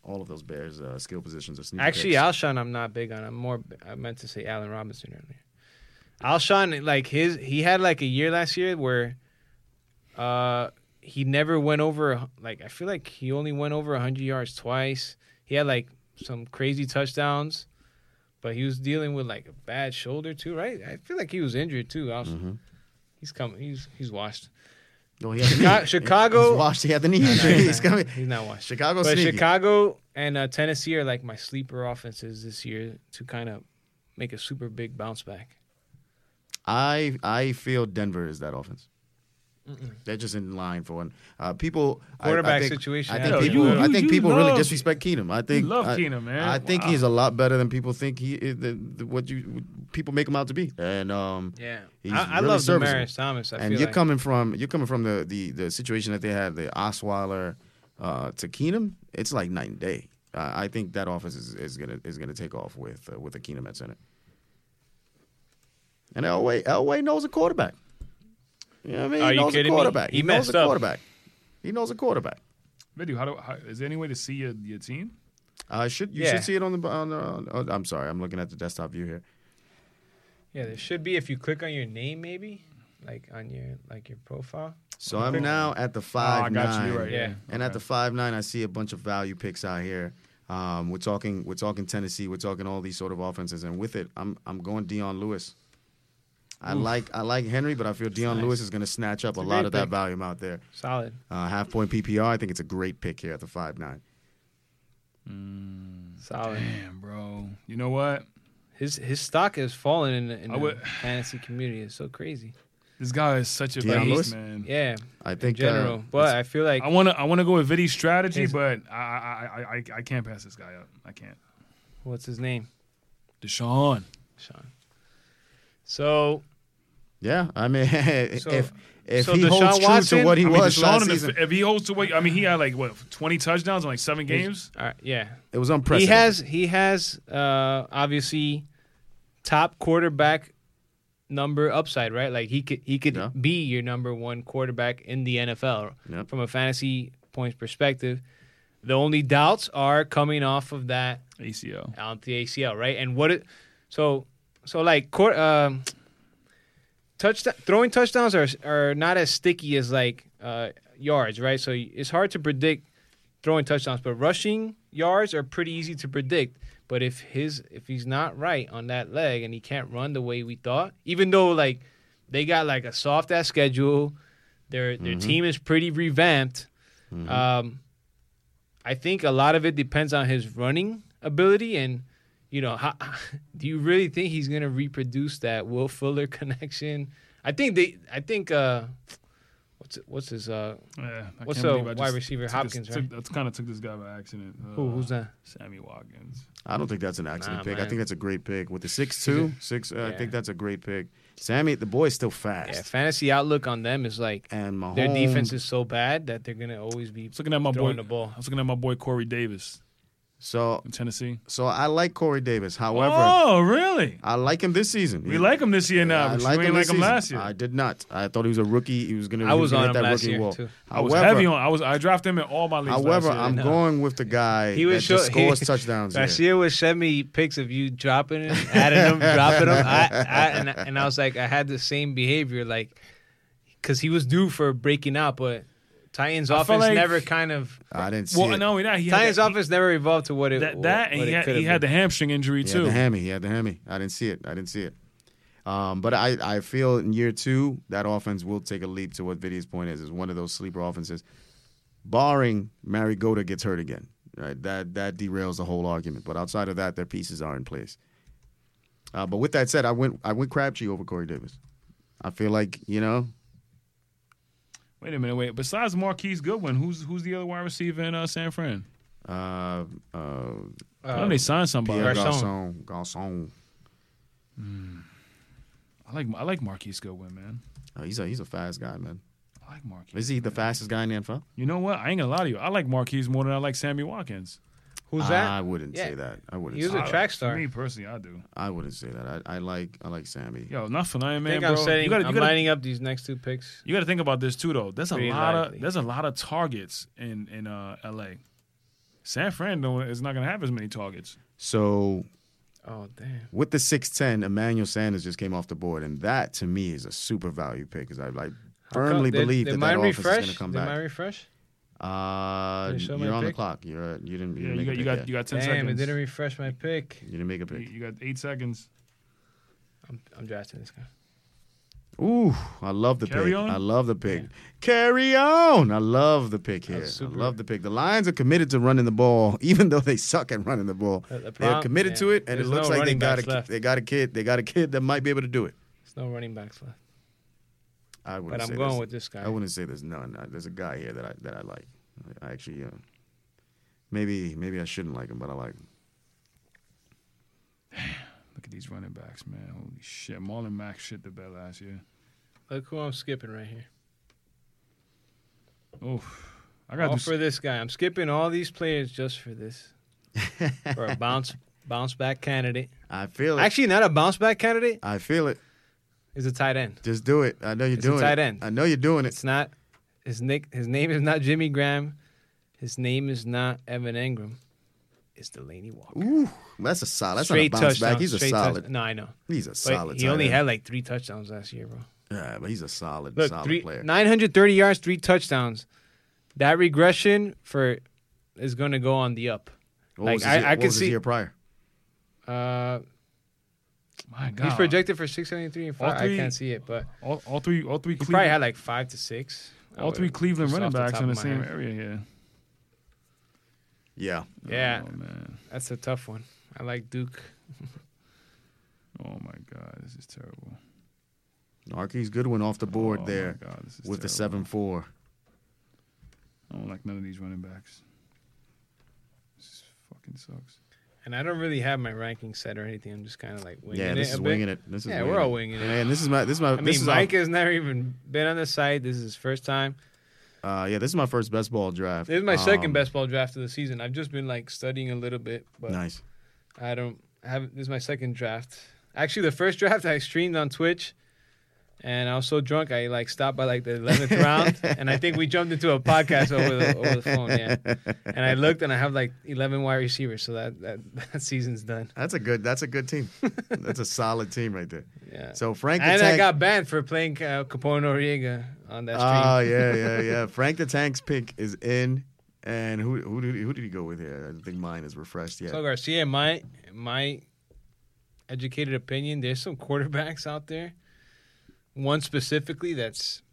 [SPEAKER 1] All of those Bears uh, skill positions are sneaky.
[SPEAKER 2] Actually,
[SPEAKER 1] picks.
[SPEAKER 2] Alshon, I'm not big on. I'm more. I meant to say Allen Robinson earlier. Alshon, like his, he had like a year last year where, uh, he never went over. Like I feel like he only went over 100 yards twice. He had like some crazy touchdowns, but he was dealing with like a bad shoulder too, right? I feel like he was injured too. Alshon. He's coming. He's he's washed.
[SPEAKER 1] no, Oh, he had the
[SPEAKER 2] Chica-
[SPEAKER 1] knee.
[SPEAKER 2] Chicago-
[SPEAKER 1] He's washed. He had the knee injury. He's coming.
[SPEAKER 2] He's not washed.
[SPEAKER 1] Chicago
[SPEAKER 2] but
[SPEAKER 1] sneaky.
[SPEAKER 2] Chicago and uh, Tennessee are like my sleeper offenses this year to kind of make a super big bounce back.
[SPEAKER 1] I I feel Denver is that offense. They're just in line for one. Uh, people I- I,
[SPEAKER 2] Quarterback
[SPEAKER 1] think,
[SPEAKER 2] situation,
[SPEAKER 1] I think
[SPEAKER 2] yeah.
[SPEAKER 1] people.
[SPEAKER 2] You-
[SPEAKER 1] I
[SPEAKER 3] you-
[SPEAKER 1] think
[SPEAKER 3] you
[SPEAKER 1] people really
[SPEAKER 3] love-
[SPEAKER 1] disrespect Keenum. I think
[SPEAKER 3] love
[SPEAKER 1] I,
[SPEAKER 3] Keenum, man.
[SPEAKER 1] I think
[SPEAKER 3] Wow.
[SPEAKER 1] he's a lot better than people think he. is- The, the, what you people make him out to be. And um,
[SPEAKER 2] Yeah,
[SPEAKER 1] He's
[SPEAKER 2] I, I
[SPEAKER 1] really
[SPEAKER 2] love
[SPEAKER 1] serviceable.
[SPEAKER 2] Demarius Thomas. I
[SPEAKER 1] and
[SPEAKER 2] feel
[SPEAKER 1] you're
[SPEAKER 2] like.
[SPEAKER 1] coming from you're coming from the the, the situation that they had the Osweiler uh, to Keenum. It's like night and day. Uh, I think that offense is, is gonna is gonna take off with uh, with a Keenum at center. And Elway Elway knows a quarterback. You know what I mean?
[SPEAKER 2] Are
[SPEAKER 1] he
[SPEAKER 2] you
[SPEAKER 1] knows a
[SPEAKER 2] kidding me?
[SPEAKER 1] quarterback.
[SPEAKER 2] He
[SPEAKER 1] He, knows
[SPEAKER 2] messed
[SPEAKER 1] a
[SPEAKER 2] up.
[SPEAKER 1] quarterback. He knows a quarterback.
[SPEAKER 3] Video, how do how, is there any way to see your, your team?
[SPEAKER 1] Uh, should you
[SPEAKER 2] Yeah.
[SPEAKER 1] should see it on the on the? On, oh, I'm sorry, I'm looking at the desktop view here.
[SPEAKER 2] yeah, there should be if you click on your name, maybe like on your like your profile.
[SPEAKER 1] So I'm now at the five
[SPEAKER 3] oh, I got
[SPEAKER 1] nine.
[SPEAKER 3] you right.
[SPEAKER 2] Yeah.
[SPEAKER 3] here.
[SPEAKER 1] And at the five nine, I see a bunch of value picks out here. Um, we're talking, we're talking Tennessee, we're talking all these sort of offenses, and with it, I'm I'm going Dion Lewis. I like I like Henry, but I feel Dion
[SPEAKER 2] nice.
[SPEAKER 1] Lewis is going to snatch up a
[SPEAKER 2] a
[SPEAKER 1] lot
[SPEAKER 2] great
[SPEAKER 1] of that
[SPEAKER 2] pick.
[SPEAKER 1] volume out there.
[SPEAKER 2] Solid.
[SPEAKER 1] Uh, half point PPR, I think it's a great pick here at the five nine.
[SPEAKER 2] Solid.
[SPEAKER 3] Damn, bro. You know what?
[SPEAKER 2] His his stock has fallen in the, in
[SPEAKER 3] I
[SPEAKER 2] the
[SPEAKER 3] would-
[SPEAKER 2] fantasy community. It's so crazy.
[SPEAKER 3] This guy is such a
[SPEAKER 1] Deion Lewis?
[SPEAKER 3] beast, man.
[SPEAKER 2] Yeah,
[SPEAKER 1] I
[SPEAKER 2] in
[SPEAKER 1] think uh,
[SPEAKER 2] general. but I feel like
[SPEAKER 3] I wanna I wanna go with Viddy's strategy,
[SPEAKER 2] Is-
[SPEAKER 3] but I, I I- I I can't pass this guy up. I can't.
[SPEAKER 2] what's his name,
[SPEAKER 3] Deshaun.
[SPEAKER 2] Sean. So
[SPEAKER 1] yeah, I mean, if
[SPEAKER 2] So-
[SPEAKER 1] if
[SPEAKER 2] so
[SPEAKER 1] he
[SPEAKER 2] Deshaun
[SPEAKER 1] holds true
[SPEAKER 2] Watson-
[SPEAKER 1] to what he
[SPEAKER 3] I mean,
[SPEAKER 1] was
[SPEAKER 3] Deshaun
[SPEAKER 1] last
[SPEAKER 3] in the,
[SPEAKER 1] season,
[SPEAKER 3] if he holds to what I mean, he had like what twenty touchdowns in like seven games.
[SPEAKER 2] all right, yeah,
[SPEAKER 1] it was unprecedented.
[SPEAKER 2] He has he has uh, obviously top quarterback number upside, right? Like he could he could
[SPEAKER 1] Yeah.
[SPEAKER 2] be your number one quarterback in the NFL
[SPEAKER 1] Yep.
[SPEAKER 2] from a fantasy points perspective. The only doubts are coming off of that
[SPEAKER 3] ACL.
[SPEAKER 2] out the ACL, right? And what it so so like court um touchdown throwing touchdowns are are not as sticky as like uh yards, right? So it's hard to predict throwing touchdowns, but rushing yards are pretty easy to predict. But if his if he's not right on that leg and he can't run the way we thought, even though like they got like a soft ass schedule, their their team is pretty revamped. Um, I think a lot of it depends on his running ability and you know how, do you really think he's going to reproduce that Will Fuller connection? I think they I think uh what's what's his uh
[SPEAKER 3] Yeah, I
[SPEAKER 2] what's
[SPEAKER 3] can't
[SPEAKER 2] the
[SPEAKER 3] believe I
[SPEAKER 2] wide
[SPEAKER 3] just
[SPEAKER 2] receiver
[SPEAKER 3] took
[SPEAKER 2] Hopkins
[SPEAKER 3] This,
[SPEAKER 2] right?
[SPEAKER 3] took, that's kind of took this guy by accident. Uh,
[SPEAKER 2] Who who's that?
[SPEAKER 3] Sammy Watkins.
[SPEAKER 1] I don't think that's an accident
[SPEAKER 2] Nah,
[SPEAKER 1] pick. I
[SPEAKER 2] man.
[SPEAKER 1] think that's a great pick with the six two six. Uh, I
[SPEAKER 2] Yeah.
[SPEAKER 1] think that's a great pick. Sammy, the boy's still fast,
[SPEAKER 2] Yeah, fantasy outlook on them is like
[SPEAKER 1] and Mahomes.
[SPEAKER 2] their defense is so bad that they're gonna always be
[SPEAKER 3] I was looking at my boy.
[SPEAKER 2] throwing the ball.
[SPEAKER 3] I was looking at my boy Corey Davis
[SPEAKER 1] So,
[SPEAKER 3] in Tennessee.
[SPEAKER 1] so I like Corey Davis. However,
[SPEAKER 3] oh, really?
[SPEAKER 1] I like him this season.
[SPEAKER 3] We like him this year now.
[SPEAKER 1] I
[SPEAKER 3] but
[SPEAKER 1] like
[SPEAKER 3] we
[SPEAKER 1] him
[SPEAKER 3] ain't like
[SPEAKER 1] this
[SPEAKER 3] him
[SPEAKER 1] season.
[SPEAKER 3] last year.
[SPEAKER 1] I did not. I thought he was a rookie. He was going to.
[SPEAKER 2] I was on
[SPEAKER 1] hit
[SPEAKER 2] him
[SPEAKER 1] that
[SPEAKER 2] last
[SPEAKER 1] rookie
[SPEAKER 2] year,
[SPEAKER 1] wall.
[SPEAKER 2] too.
[SPEAKER 3] I was
[SPEAKER 1] However,
[SPEAKER 3] heavy on. I was. I drafted him in all my leagues.
[SPEAKER 1] However,
[SPEAKER 3] last year.
[SPEAKER 1] I'm
[SPEAKER 2] No.
[SPEAKER 1] going with the guy
[SPEAKER 2] He was
[SPEAKER 1] that just
[SPEAKER 2] show- he-
[SPEAKER 1] scores touchdowns. here.
[SPEAKER 2] Garcia would send me pics of you dropping it, adding them, dropping them. I, I, and, I- and I was like, I had the same behavior, like, because he was due for breaking out, but Titans'
[SPEAKER 3] I
[SPEAKER 2] offense
[SPEAKER 3] felt like-
[SPEAKER 2] never kind of
[SPEAKER 1] I didn't see
[SPEAKER 3] Well,
[SPEAKER 1] it.
[SPEAKER 3] no, we're not. He had
[SPEAKER 2] Titans'
[SPEAKER 3] that,
[SPEAKER 2] offense never evolved to what it
[SPEAKER 3] that,
[SPEAKER 2] what-
[SPEAKER 3] that and
[SPEAKER 2] what
[SPEAKER 3] he
[SPEAKER 2] it
[SPEAKER 3] had,
[SPEAKER 2] could
[SPEAKER 3] he
[SPEAKER 2] have
[SPEAKER 3] had the
[SPEAKER 2] been.
[SPEAKER 3] hamstring injury
[SPEAKER 1] He had
[SPEAKER 3] too.
[SPEAKER 1] the hammy. He had the hammy. I didn't see it. I didn't see it. Um, but I, I feel in year two that offense will take a leap to what Vidya's point is. Is one of those sleeper offenses, barring Mary Goda gets hurt again. Right, that that derails the whole argument. But outside of that, their pieces are in place. Uh, but with that said, I went I went Crabtree over Corey Davis. I feel like you know
[SPEAKER 3] Wait a minute. Wait. Besides Marquise Goodwin, who's who's the other wide receiver in uh, San Fran?
[SPEAKER 1] uh, uh,
[SPEAKER 3] I know they signed somebody.
[SPEAKER 1] Pierre Garcon.
[SPEAKER 2] Garcon.
[SPEAKER 1] Garcon.
[SPEAKER 3] I like I like Marquise Goodwin, man.
[SPEAKER 1] Uh, he's a he's a fast guy, man.
[SPEAKER 3] I like Marquise.
[SPEAKER 1] Is he the fastest guy in the NFL?
[SPEAKER 3] You know what? I ain't gonna lie to you. I like Marquise more than I like Sammy Watkins.
[SPEAKER 2] Who's
[SPEAKER 1] I
[SPEAKER 3] Ah,
[SPEAKER 2] that?
[SPEAKER 1] wouldn't say
[SPEAKER 2] Yeah.
[SPEAKER 1] that. I wouldn't.
[SPEAKER 2] He was
[SPEAKER 1] say
[SPEAKER 2] a
[SPEAKER 1] that.
[SPEAKER 3] I-
[SPEAKER 2] track star.
[SPEAKER 3] Me personally, I do.
[SPEAKER 1] I wouldn't say that. I, I like I like Sammy.
[SPEAKER 3] Yo, not for nothing,
[SPEAKER 2] I
[SPEAKER 3] man,
[SPEAKER 2] think
[SPEAKER 3] bro.
[SPEAKER 2] I'm setting,
[SPEAKER 3] you gotta, you
[SPEAKER 2] I'm
[SPEAKER 3] gotta,
[SPEAKER 2] lining up these next two picks.
[SPEAKER 3] you gotta think about this too, though. There's a
[SPEAKER 2] Pretty
[SPEAKER 3] lot
[SPEAKER 2] likely.
[SPEAKER 3] of there's a lot of targets in in uh, L.A. San Fran though, is not gonna have as many targets.
[SPEAKER 1] So
[SPEAKER 2] Oh damn!
[SPEAKER 1] with the six ten, Emmanuel Sanders just came off the board, and that to me is a super value pick because I like
[SPEAKER 2] How come-
[SPEAKER 1] firmly
[SPEAKER 2] did-
[SPEAKER 1] believe
[SPEAKER 2] did
[SPEAKER 1] that
[SPEAKER 2] mine
[SPEAKER 1] that offense
[SPEAKER 2] refresh?
[SPEAKER 1] is going to come
[SPEAKER 2] Did mine
[SPEAKER 1] back.
[SPEAKER 2] refresh?
[SPEAKER 1] Uh,
[SPEAKER 2] Did it show my
[SPEAKER 1] you're on the
[SPEAKER 2] pick?
[SPEAKER 1] clock. You're uh, you didn't you didn't
[SPEAKER 3] Yeah, you
[SPEAKER 1] make
[SPEAKER 3] got
[SPEAKER 1] a
[SPEAKER 3] you
[SPEAKER 1] pick
[SPEAKER 3] got
[SPEAKER 1] yet.
[SPEAKER 3] you got ten
[SPEAKER 2] Damn!
[SPEAKER 3] seconds.
[SPEAKER 2] It didn't refresh my pick.
[SPEAKER 1] you didn't make a
[SPEAKER 3] You-
[SPEAKER 1] pick.
[SPEAKER 3] you got eight seconds.
[SPEAKER 2] I'm, I'm drafting this guy.
[SPEAKER 1] Ooh, I love the
[SPEAKER 3] Carry
[SPEAKER 1] pick.
[SPEAKER 3] on?
[SPEAKER 1] I love the pick. Carry on. I love the pick here. I
[SPEAKER 2] super.
[SPEAKER 1] love the pick. The Lions are committed to running the ball, even though they suck at running the ball.
[SPEAKER 2] The- the
[SPEAKER 1] They're
[SPEAKER 2] problem-
[SPEAKER 1] committed
[SPEAKER 2] yeah.
[SPEAKER 1] to it, and it
[SPEAKER 2] There's
[SPEAKER 1] looks
[SPEAKER 2] no
[SPEAKER 1] like they
[SPEAKER 2] running
[SPEAKER 1] got a
[SPEAKER 2] backs left.
[SPEAKER 1] they got a kid. They got a kid that might be able to do it.
[SPEAKER 2] There's no running backs left,
[SPEAKER 1] I wouldn't
[SPEAKER 2] but
[SPEAKER 1] say
[SPEAKER 2] I'm going
[SPEAKER 1] this.
[SPEAKER 2] with this guy.
[SPEAKER 1] I wouldn't say there's none. I, there's a guy here that I that I like. I actually, uh, maybe maybe I shouldn't like him, but I like him.
[SPEAKER 3] Look at these running backs, man. Holy shit. Marlon Mack shit the bed last year.
[SPEAKER 2] Look who I'm skipping right here.
[SPEAKER 3] Oh, I got
[SPEAKER 2] All
[SPEAKER 3] this.
[SPEAKER 2] for this guy. I'm skipping all these players just for this. for a bounce bounce back candidate.
[SPEAKER 1] I feel it.
[SPEAKER 2] Actually, not a bounce back candidate.
[SPEAKER 1] I feel it.
[SPEAKER 2] Is a tight end.
[SPEAKER 1] Just do it. I know you're
[SPEAKER 2] It's a
[SPEAKER 1] doing
[SPEAKER 2] tight
[SPEAKER 1] it.
[SPEAKER 2] end.
[SPEAKER 1] I know you're doing it.
[SPEAKER 2] It's not his nick. His name is not Jimmy Graham. His name is not Evan Engram. It's Delaney Walker.
[SPEAKER 1] Ooh, that's a solid. That's not a bounce back. He's a
[SPEAKER 2] straight
[SPEAKER 1] solid.
[SPEAKER 2] touch- No, I know.
[SPEAKER 1] He's a
[SPEAKER 2] But
[SPEAKER 1] solid.
[SPEAKER 2] he
[SPEAKER 1] tight
[SPEAKER 2] only
[SPEAKER 1] end.
[SPEAKER 2] had like three touchdowns last year, bro.
[SPEAKER 1] Yeah, but he's a solid,
[SPEAKER 2] Look,
[SPEAKER 1] solid
[SPEAKER 2] three,
[SPEAKER 1] player.
[SPEAKER 2] 930 yards, three touchdowns. That regression for is going to go on the up.
[SPEAKER 1] What
[SPEAKER 2] like,
[SPEAKER 1] was his
[SPEAKER 2] I-
[SPEAKER 1] year-
[SPEAKER 2] I
[SPEAKER 1] what
[SPEAKER 2] could
[SPEAKER 1] was his
[SPEAKER 2] see-
[SPEAKER 1] year prior.
[SPEAKER 2] Uh,
[SPEAKER 3] My God.
[SPEAKER 2] he's projected for 673 and
[SPEAKER 3] All
[SPEAKER 2] five. I
[SPEAKER 3] three-
[SPEAKER 2] can't see it, but
[SPEAKER 3] all, all three, all three,
[SPEAKER 2] He probably
[SPEAKER 3] Cleveland,
[SPEAKER 2] had like five to six. I
[SPEAKER 3] all
[SPEAKER 2] would-
[SPEAKER 3] three Cleveland
[SPEAKER 2] just
[SPEAKER 3] running
[SPEAKER 2] off the
[SPEAKER 3] backs
[SPEAKER 2] top
[SPEAKER 3] in the
[SPEAKER 2] of my
[SPEAKER 3] same
[SPEAKER 2] head.
[SPEAKER 3] area here.
[SPEAKER 1] Yeah,
[SPEAKER 2] Yeah,
[SPEAKER 3] Oh, man.
[SPEAKER 2] that's a tough one. I like Duke.
[SPEAKER 3] Oh, my God. This is terrible.
[SPEAKER 1] Marquise Goodwin off the board
[SPEAKER 3] Oh, my
[SPEAKER 1] there
[SPEAKER 3] God, this is
[SPEAKER 1] with the
[SPEAKER 3] terrible.
[SPEAKER 1] seven four.
[SPEAKER 3] I don't like none of these running backs. This fucking sucks.
[SPEAKER 2] And I don't really have my ranking set or anything. I'm just kind of like winging
[SPEAKER 1] Yeah,
[SPEAKER 2] it.
[SPEAKER 1] this
[SPEAKER 2] a
[SPEAKER 1] is
[SPEAKER 2] bit.
[SPEAKER 1] winging it. This is
[SPEAKER 2] Yeah, we're all winging it.
[SPEAKER 1] Man, this is my this is my
[SPEAKER 2] I
[SPEAKER 1] this
[SPEAKER 2] mean,
[SPEAKER 1] is our-
[SPEAKER 2] Mike has never even been on the site. This is his first time.
[SPEAKER 1] uh, yeah, this is my first best ball draft.
[SPEAKER 2] This is my second
[SPEAKER 1] Um,
[SPEAKER 2] best ball draft of the season. I've just been like studying a little bit, but
[SPEAKER 1] Nice.
[SPEAKER 2] I don't have. This is my second draft. Actually, the first draft I streamed on Twitch, and I was so drunk I like stopped by like the eleventh round, and I think we jumped into a podcast over the over the phone. Yeah, and I looked and I have like eleven wide receivers, so that that, that season's done.
[SPEAKER 1] That's a good. That's a good team. that's a solid team right there.
[SPEAKER 2] Yeah.
[SPEAKER 1] So Frank the
[SPEAKER 2] and
[SPEAKER 1] Tank.
[SPEAKER 2] I got banned for playing uh, Capone Noriega on that stream.
[SPEAKER 1] oh yeah, yeah, yeah. Frank the Tank's pick is in, and who who did, who did he go with here? I think mine is refreshed yet.
[SPEAKER 2] So Garcia, my my educated opinion, there's some quarterbacks out there. One specifically that's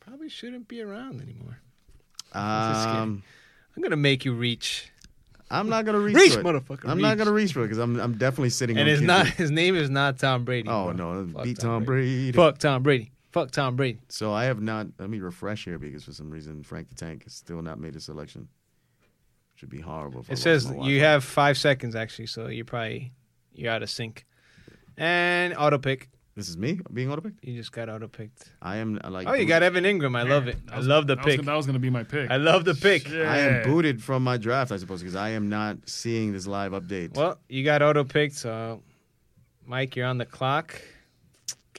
[SPEAKER 2] probably shouldn't be around anymore. Just kidding.
[SPEAKER 1] Um,
[SPEAKER 2] I'm gonna make you reach,
[SPEAKER 1] I'm not gonna reach.
[SPEAKER 2] reach,
[SPEAKER 1] for it.
[SPEAKER 2] motherfucker.
[SPEAKER 1] I'm not gonna reach for it because I'm I'm definitely sitting.
[SPEAKER 2] And
[SPEAKER 1] on
[SPEAKER 2] it's
[SPEAKER 1] Kim
[SPEAKER 2] not
[SPEAKER 1] Brady.
[SPEAKER 2] his name is not Tom Brady.
[SPEAKER 1] Oh
[SPEAKER 2] bro.
[SPEAKER 1] no,
[SPEAKER 2] Fuck
[SPEAKER 1] beat Tom Brady.
[SPEAKER 2] Fuck Tom Brady. Fuck Tom Brady.
[SPEAKER 1] So I have not. Let me refresh here because for some reason Frank the Tank has still not made a selection. Should be horrible. if I
[SPEAKER 2] It
[SPEAKER 1] lost
[SPEAKER 2] says
[SPEAKER 1] my Wi-Fi.
[SPEAKER 2] you have five seconds actually, so you're probably you're out of sync. And auto pick.
[SPEAKER 1] This is me being auto picked.
[SPEAKER 2] You just got auto picked.
[SPEAKER 1] I am uh, like.
[SPEAKER 2] Oh, you got Evan Ingram. I love it.
[SPEAKER 3] That
[SPEAKER 2] I
[SPEAKER 3] was-
[SPEAKER 2] love the
[SPEAKER 3] that was
[SPEAKER 2] pick.
[SPEAKER 3] gonna- that was going to be my pick.
[SPEAKER 2] I love the pick.
[SPEAKER 3] Shit.
[SPEAKER 1] I am booted from my draft, I suppose, because I am not seeing this live update.
[SPEAKER 2] Well, you got auto picked, so Mike, you're on the clock.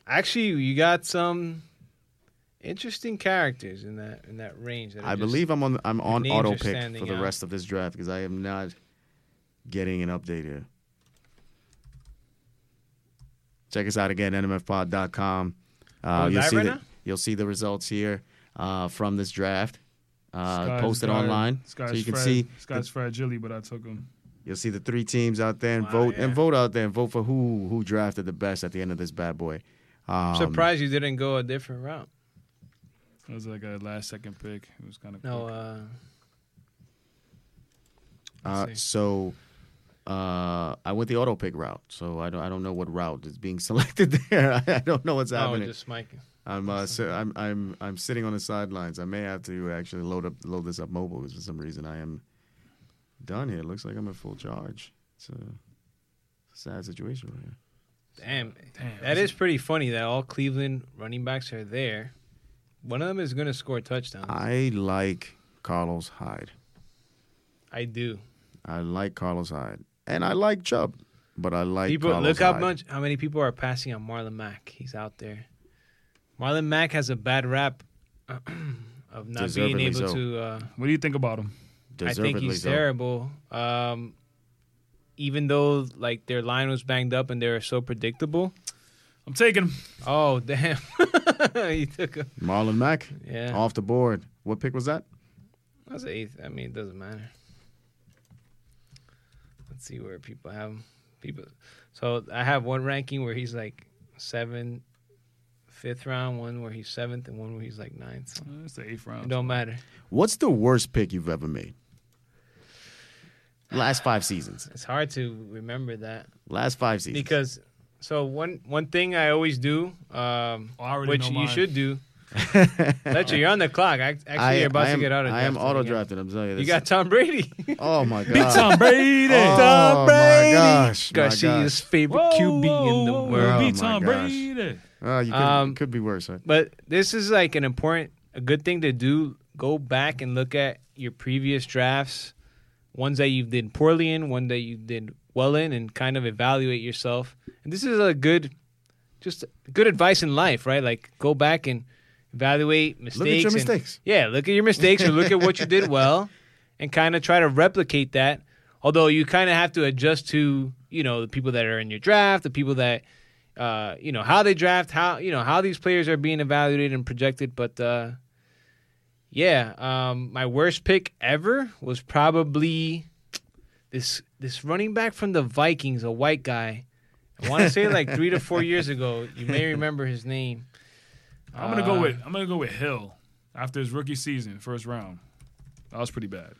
[SPEAKER 2] Actually, you got some interesting characters in that in that range. That are
[SPEAKER 1] I
[SPEAKER 2] just-
[SPEAKER 1] believe I'm on. I'm on
[SPEAKER 2] names are
[SPEAKER 1] auto pick for
[SPEAKER 2] standing
[SPEAKER 1] the
[SPEAKER 2] out.
[SPEAKER 1] rest of this draft because I am not getting an update here. Check us out again, nmfpod.com. Uh,
[SPEAKER 2] Oh,
[SPEAKER 1] you'll
[SPEAKER 2] live
[SPEAKER 1] see
[SPEAKER 2] right
[SPEAKER 1] the,
[SPEAKER 2] now?
[SPEAKER 1] you'll see the results here uh, from this draft uh,
[SPEAKER 3] Sky's
[SPEAKER 1] posted
[SPEAKER 3] guy-
[SPEAKER 1] online,
[SPEAKER 3] Sky's
[SPEAKER 1] so you can
[SPEAKER 3] Fred-
[SPEAKER 1] see
[SPEAKER 3] Sky's fragile, but I took him.
[SPEAKER 1] You'll see the three teams out there and
[SPEAKER 2] Wow,
[SPEAKER 1] vote and
[SPEAKER 2] yeah.
[SPEAKER 1] vote out there and vote for who who drafted the best at the end of this bad boy. Um,
[SPEAKER 2] I'm surprised you didn't go a different route.
[SPEAKER 3] It was like a last second pick. It was kind of
[SPEAKER 2] No, uh,
[SPEAKER 1] Uh,
[SPEAKER 2] see.
[SPEAKER 1] so uh, I went the auto pick route. So I don't I don't know what route is being selected there. I, don't know what's
[SPEAKER 2] uh, no,
[SPEAKER 1] happening.
[SPEAKER 2] Oh, just Mike.
[SPEAKER 1] I'm uh, si- I'm I'm I'm sitting on the sidelines. I may have to actually load up load this up mobile because for some reason I am done here. It looks like I'm at full charge. It's a sad situation right here.
[SPEAKER 2] Damn,
[SPEAKER 3] Damn.
[SPEAKER 2] that is pretty funny that all Cleveland running backs are there. One of them is going to score a touchdown.
[SPEAKER 1] I like Carlos Hyde.
[SPEAKER 2] I do.
[SPEAKER 1] I like Carlos Hyde, and I like Chubb, but I like
[SPEAKER 2] people
[SPEAKER 1] Carlos
[SPEAKER 2] look how
[SPEAKER 1] Hyde.
[SPEAKER 2] much how many people are passing on Marlon Mack. He's out there. Marlon Mack has a bad rap of not
[SPEAKER 1] Deservedly
[SPEAKER 2] being able
[SPEAKER 1] so.
[SPEAKER 2] to. Uh,
[SPEAKER 3] What do you think about him?
[SPEAKER 2] I think
[SPEAKER 1] Deservedly
[SPEAKER 2] he's
[SPEAKER 1] so.
[SPEAKER 2] terrible. Um, even though like their line was banged up and they were so predictable.
[SPEAKER 3] I'm taking him.
[SPEAKER 2] Oh damn! you took him.
[SPEAKER 1] Marlon Mack
[SPEAKER 2] Yeah,
[SPEAKER 1] off the board. What pick was that?
[SPEAKER 2] that's eighth. I mean, it doesn't matter. Let's see where people have him. people. So I have one ranking where he's like seven, fifth round. One where he's seventh, and one where he's like ninth. So
[SPEAKER 3] Uh, It's the eighth
[SPEAKER 2] it
[SPEAKER 3] round.
[SPEAKER 2] don't matter.
[SPEAKER 1] What's the worst pick you've ever made? Last five seasons.
[SPEAKER 2] It's hard to remember that
[SPEAKER 1] Last five seasons.
[SPEAKER 2] because. So one one thing I always do, um,
[SPEAKER 3] Oh, I already
[SPEAKER 2] which
[SPEAKER 3] know
[SPEAKER 2] you
[SPEAKER 3] mine.
[SPEAKER 2] should do. Fletcher, you're on the clock. I, actually, you're about
[SPEAKER 1] I am,
[SPEAKER 2] to get auto.
[SPEAKER 1] I am auto drafted. I'm telling you this.
[SPEAKER 2] You got Tom Brady.
[SPEAKER 1] oh my god.
[SPEAKER 3] Tom Brady.
[SPEAKER 1] Oh
[SPEAKER 2] Tom
[SPEAKER 1] my
[SPEAKER 2] Brady.
[SPEAKER 1] gosh. my
[SPEAKER 2] Garcia's
[SPEAKER 1] gosh.
[SPEAKER 2] favorite QB in the
[SPEAKER 1] whoa.
[SPEAKER 2] world.
[SPEAKER 1] Oh, my
[SPEAKER 3] Beat Tom
[SPEAKER 1] gosh.
[SPEAKER 3] Brady.
[SPEAKER 1] Oh, you could,
[SPEAKER 2] Um,
[SPEAKER 1] it could be worse. Huh?
[SPEAKER 2] But this is like an important, a good thing to do. Go back and look at your previous drafts, ones that you did poorly in, one that you did well in, and kind of evaluate yourself. And this is a good, just good advice in life, right? Like go back and evaluate mistakes.
[SPEAKER 1] Look at your
[SPEAKER 2] and-
[SPEAKER 1] mistakes.
[SPEAKER 2] yeah, look at your mistakes or look at what you did well and kind of try to replicate that. Although you kind of have to adjust to, you know, the people that are in your draft, the people that, uh, you know, how they draft, how, you know, how these players are being evaluated and projected. But, uh, yeah, um, my worst pick ever was probably this this running back from the Vikings, a white guy. I want to say like three to four years ago. You may remember his name.
[SPEAKER 3] I'm gonna go
[SPEAKER 2] Uh,
[SPEAKER 3] with I'm gonna go with Hill after his rookie season, first round. That was pretty bad.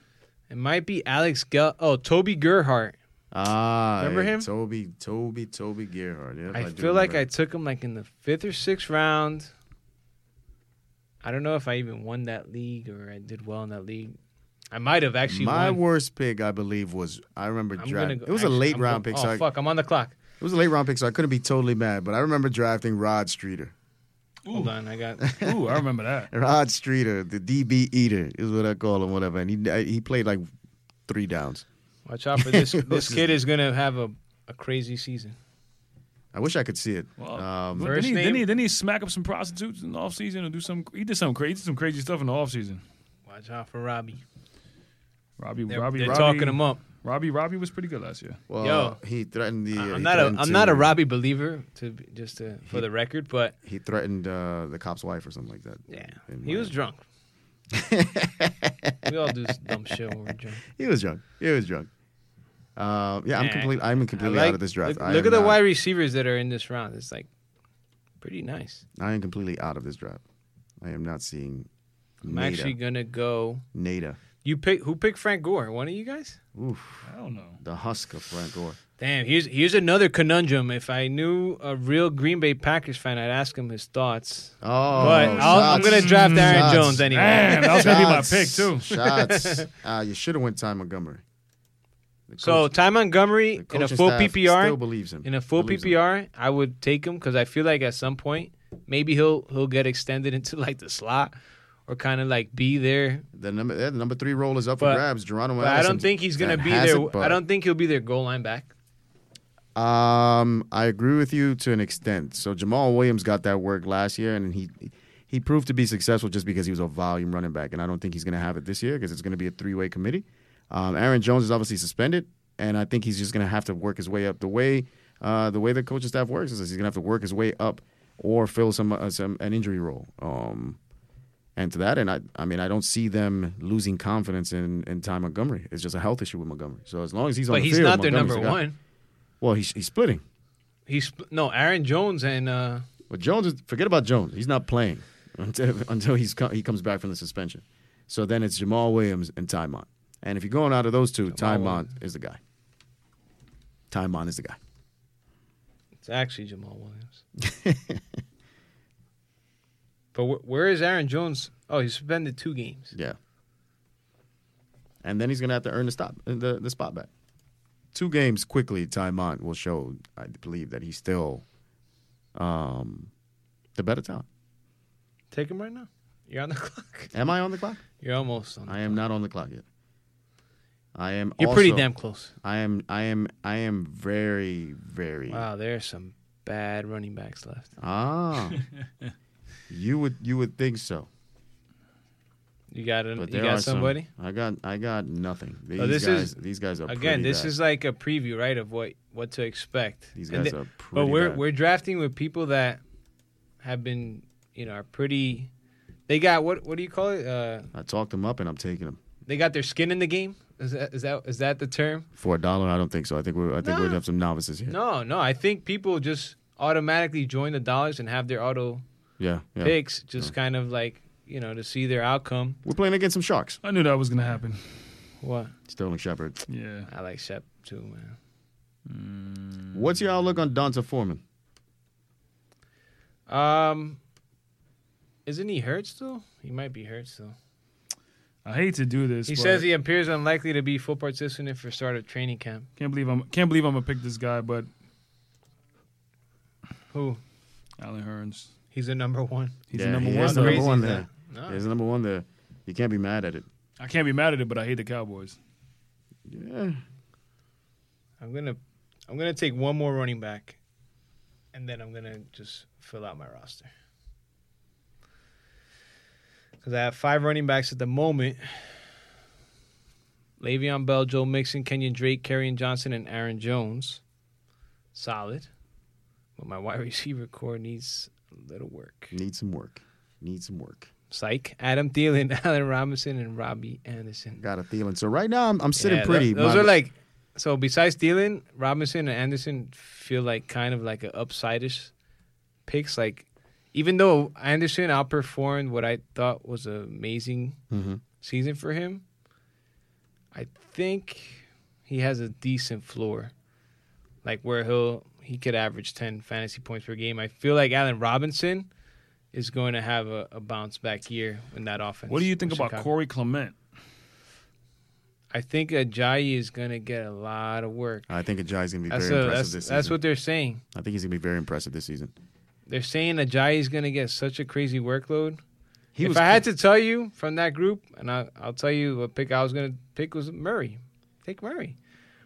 [SPEAKER 2] It might be Alex Gel. Oh, Toby Gerhart.
[SPEAKER 1] Ah,
[SPEAKER 2] remember
[SPEAKER 1] yeah,
[SPEAKER 2] him?
[SPEAKER 1] Toby, Toby, Toby Gerhardt. Yeah,
[SPEAKER 2] I
[SPEAKER 1] do
[SPEAKER 2] feel like I
[SPEAKER 1] remember.
[SPEAKER 2] took him like in the fifth or sixth round. I don't know if I even won that league or I did well in that league. I might have actually
[SPEAKER 1] My
[SPEAKER 2] won.
[SPEAKER 1] worst pick, I believe, was I remember
[SPEAKER 2] I'm
[SPEAKER 1] draft.
[SPEAKER 2] gonna go-
[SPEAKER 1] it was
[SPEAKER 2] actually,
[SPEAKER 1] a late
[SPEAKER 2] I'm
[SPEAKER 1] round
[SPEAKER 2] go-
[SPEAKER 1] pick.
[SPEAKER 2] Oh
[SPEAKER 1] so I,
[SPEAKER 2] fuck! I'm on the clock.
[SPEAKER 1] It was a late round pick, so I couldn't be totally mad. But I remember drafting Rod Streeter.
[SPEAKER 2] Hold on, I got.
[SPEAKER 3] Ooh, I remember that.
[SPEAKER 1] Rod Streeter, the DB eater is what I call him, whatever. And he he played like three downs.
[SPEAKER 2] Watch out for this.
[SPEAKER 1] What's
[SPEAKER 2] this
[SPEAKER 1] his
[SPEAKER 2] kid is gonna have a, a crazy season.
[SPEAKER 1] I wish I could see it.
[SPEAKER 3] Well,
[SPEAKER 1] um,
[SPEAKER 3] didn't,
[SPEAKER 2] First
[SPEAKER 3] he, didn't,
[SPEAKER 2] name-
[SPEAKER 3] he, didn't he smack up some prostitutes in the offseason or do some? He did some crazy, some crazy stuff in the offseason.
[SPEAKER 2] Watch out for Robbie.
[SPEAKER 3] Robbie,
[SPEAKER 2] They're,
[SPEAKER 3] Robbie,
[SPEAKER 2] they're
[SPEAKER 3] Robbie,
[SPEAKER 2] talking him up.
[SPEAKER 3] Robbie, Robbie was pretty good last year.
[SPEAKER 1] well,
[SPEAKER 2] yo.
[SPEAKER 1] he threatened the.
[SPEAKER 2] I-
[SPEAKER 1] uh,
[SPEAKER 2] I'm
[SPEAKER 1] he
[SPEAKER 2] not a
[SPEAKER 1] threatened
[SPEAKER 2] I'm not a
[SPEAKER 1] to-
[SPEAKER 2] Robbie believer to be- just to, for the record, but
[SPEAKER 1] He threatened uh, the cop's wife or something like that.
[SPEAKER 2] yeah,
[SPEAKER 1] In
[SPEAKER 2] he was
[SPEAKER 1] Miami.
[SPEAKER 2] drunk. we all do dumb shit when we're drunk.
[SPEAKER 1] He was drunk. He was drunk. Uh, yeah, I'm
[SPEAKER 2] Nah,
[SPEAKER 1] complete. I'm
[SPEAKER 2] I
[SPEAKER 1] completely
[SPEAKER 2] like-
[SPEAKER 1] out of this draft.
[SPEAKER 2] Look,
[SPEAKER 1] I
[SPEAKER 2] look
[SPEAKER 1] am
[SPEAKER 2] at the
[SPEAKER 1] not-
[SPEAKER 2] wide receivers that are in this round. It's like pretty nice.
[SPEAKER 1] I am completely out of this draft. I am not seeing.
[SPEAKER 2] I'm
[SPEAKER 1] Nada.
[SPEAKER 2] actually gonna go.
[SPEAKER 1] Nada.
[SPEAKER 2] You pick who picked Frank Gore? One of you guys?
[SPEAKER 1] Oof,
[SPEAKER 3] I don't know.
[SPEAKER 1] the husk of Frank Gore.
[SPEAKER 2] Damn, here's here's another conundrum. If I knew a real Green Bay Packers fan, I'd ask him his thoughts.
[SPEAKER 1] Oh,
[SPEAKER 2] But I'll, I'm
[SPEAKER 1] shots.
[SPEAKER 2] gonna draft Aaron
[SPEAKER 1] Shots.
[SPEAKER 2] Jones anyway.
[SPEAKER 3] Damn, that was gonna be my pick
[SPEAKER 1] Shots.
[SPEAKER 3] too.
[SPEAKER 1] Shots. Uh, you should have went Ty Montgomery. The
[SPEAKER 2] So
[SPEAKER 1] coach-
[SPEAKER 2] Ty Montgomery
[SPEAKER 1] the
[SPEAKER 2] in a
[SPEAKER 1] coaching
[SPEAKER 2] full
[SPEAKER 1] staff still
[SPEAKER 2] PPR,
[SPEAKER 1] believes him.
[SPEAKER 2] in a full
[SPEAKER 1] Believes him.
[SPEAKER 2] PPR, I would take him because I feel like at some point maybe he'll he'll get extended into like the slot or kind of like be there.
[SPEAKER 1] The number that number three role is up
[SPEAKER 2] But-
[SPEAKER 1] for grabs. Geronimo.
[SPEAKER 2] But I
[SPEAKER 1] Allison
[SPEAKER 2] don't think he's gonna
[SPEAKER 1] that
[SPEAKER 2] be
[SPEAKER 1] has
[SPEAKER 2] there.
[SPEAKER 1] it, but-
[SPEAKER 2] I don't think he'll be their goal line back.
[SPEAKER 1] Um, I agree with you to an extent. So Jamal Williams got that work last year, and he he proved to be successful just because he was a volume running back. And I don't think he's going to have it this year because it's going to be a three way committee. Um, Aaron Jones is obviously suspended, and I think he's just going to have to work his way up. The way uh, the way the coaching staff works is he's going to have to work his way up or fill some uh, some an injury role. Um, and to that, and I, I mean, I don't see them losing confidence in in Ty Montgomery. It's just a health issue with Montgomery. So as long as he's on
[SPEAKER 2] But
[SPEAKER 1] the
[SPEAKER 2] he's
[SPEAKER 1] field,
[SPEAKER 2] not their
[SPEAKER 1] Montgomery's
[SPEAKER 2] number
[SPEAKER 1] the guy.
[SPEAKER 2] one.
[SPEAKER 1] Well, he's, he's splitting.
[SPEAKER 2] He's no Aaron Jones and uh,
[SPEAKER 1] Well, Jones is forget about Jones. He's not playing until until he's co- he comes back from the suspension. So then it's Jamal Williams and Tymon. And if you're going out of those two, Tymon
[SPEAKER 2] Williams.
[SPEAKER 1] is the guy. Tymon is the guy.
[SPEAKER 2] it's actually Jamal Williams. but wh- where is Aaron Jones? Oh, he's suspended two games.
[SPEAKER 1] Yeah. And then he's gonna have to earn the stop the the spot back. Two games quickly, Tymon will show. I believe that he's still, um, the better talent.
[SPEAKER 2] Take him right now. You're on the clock.
[SPEAKER 1] Am I on the clock?
[SPEAKER 2] You're almost on. The
[SPEAKER 1] I am not on the clock yet. I am.
[SPEAKER 2] You're pretty
[SPEAKER 1] also-
[SPEAKER 2] damn close.
[SPEAKER 1] I am I am I am very very
[SPEAKER 2] Wow, there's some bad running backs left.
[SPEAKER 1] ah. you would you would think so,
[SPEAKER 2] You got an,
[SPEAKER 1] but
[SPEAKER 2] you
[SPEAKER 1] there are
[SPEAKER 2] got
[SPEAKER 1] some-
[SPEAKER 2] somebody. Oh,
[SPEAKER 1] I got I got nothing. These
[SPEAKER 2] this
[SPEAKER 1] guys
[SPEAKER 2] is-
[SPEAKER 1] these guys are
[SPEAKER 2] Again,
[SPEAKER 1] pretty
[SPEAKER 2] this
[SPEAKER 1] bad.
[SPEAKER 2] is like a preview, right, of what what to expect.
[SPEAKER 1] these
[SPEAKER 2] And
[SPEAKER 1] guys
[SPEAKER 2] the-
[SPEAKER 1] are pretty
[SPEAKER 2] but we're
[SPEAKER 1] bad.
[SPEAKER 2] we're drafting with people that have been, you know, are pretty. They got what what do you call it? Uh,
[SPEAKER 1] I talked them up and I'm taking them
[SPEAKER 2] they got their skin in the game. Is that is that is that the term?
[SPEAKER 1] for a dollar. I don't think so. I think we I think
[SPEAKER 2] No.
[SPEAKER 1] we'd have some novices here.
[SPEAKER 2] No, no. I think people just automatically join the dollars and have their auto
[SPEAKER 1] Yeah, yeah.
[SPEAKER 2] picks, just kind of like you know to see their outcome.
[SPEAKER 1] We're playing against some sharks.
[SPEAKER 3] I knew that was gonna happen.
[SPEAKER 2] What
[SPEAKER 1] Sterling Shepard.
[SPEAKER 3] Yeah.
[SPEAKER 2] I like Shep too, man. Mm.
[SPEAKER 1] What's your outlook on Donta Foreman?
[SPEAKER 2] Um, isn't he hurt still? He might be hurt still.
[SPEAKER 3] I hate to do this.
[SPEAKER 2] He
[SPEAKER 3] but
[SPEAKER 2] says he appears unlikely to be full participant for start of training camp.
[SPEAKER 3] can't believe I'm can't believe I'm gonna pick this guy, but
[SPEAKER 2] Who?
[SPEAKER 3] Allen Hearns.
[SPEAKER 2] He's the number one.
[SPEAKER 3] He's
[SPEAKER 1] Yeah,
[SPEAKER 3] the number
[SPEAKER 1] he
[SPEAKER 3] one.
[SPEAKER 1] is the
[SPEAKER 3] though.
[SPEAKER 1] number
[SPEAKER 2] Crazy
[SPEAKER 1] one
[SPEAKER 2] is
[SPEAKER 1] there.
[SPEAKER 2] that? No.
[SPEAKER 1] He's the number one there. You can't be mad at it.
[SPEAKER 3] I can't be mad at it, but I hate the Cowboys.
[SPEAKER 1] Yeah.
[SPEAKER 2] I'm gonna, I'm gonna take one more running back, and then I'm gonna just fill out my roster. Because I have five running backs at the moment: Le'Veon Bell, Joe Mixon, Kenyon Drake, Kerryon Johnson, and Aaron Jones. Solid, but my wide receiver core needs a little work.
[SPEAKER 1] Need some work. Need some work.
[SPEAKER 2] Psych: Adam Thielen, Allen Robinson, and Robbie Anderson.
[SPEAKER 1] Got a feeling. So right now I'm, I'm sitting
[SPEAKER 2] Yeah, tho-
[SPEAKER 1] pretty.
[SPEAKER 2] Those
[SPEAKER 1] My-
[SPEAKER 2] are like so. Besides Thielen, Robinson and Anderson feel like kind of like a upsidish picks. Like even though Anderson outperformed what I thought was an amazing
[SPEAKER 1] Mhm.
[SPEAKER 2] season for him, I think he has a decent floor, like where he'll he could average ten fantasy points per game. I feel like Allen Robinson. Is going to have a, a bounce back year in that offense.
[SPEAKER 3] What do you think
[SPEAKER 2] with
[SPEAKER 3] about
[SPEAKER 2] Chicago.
[SPEAKER 3] Corey Clement?
[SPEAKER 2] I think Ajayi is going to get a lot of work.
[SPEAKER 1] I think Ajayi's going to be
[SPEAKER 2] That's,
[SPEAKER 1] very
[SPEAKER 2] a-
[SPEAKER 1] impressive
[SPEAKER 2] that's,
[SPEAKER 1] this season.
[SPEAKER 2] that's what they're saying.
[SPEAKER 1] I think he's going to be very impressive this season.
[SPEAKER 2] They're saying Ajayi's going to get such a crazy workload.
[SPEAKER 1] He
[SPEAKER 2] if
[SPEAKER 1] was
[SPEAKER 2] I had to tell you from that group, and I, I'll tell you what pick I was going to pick was Murray. Take Murray.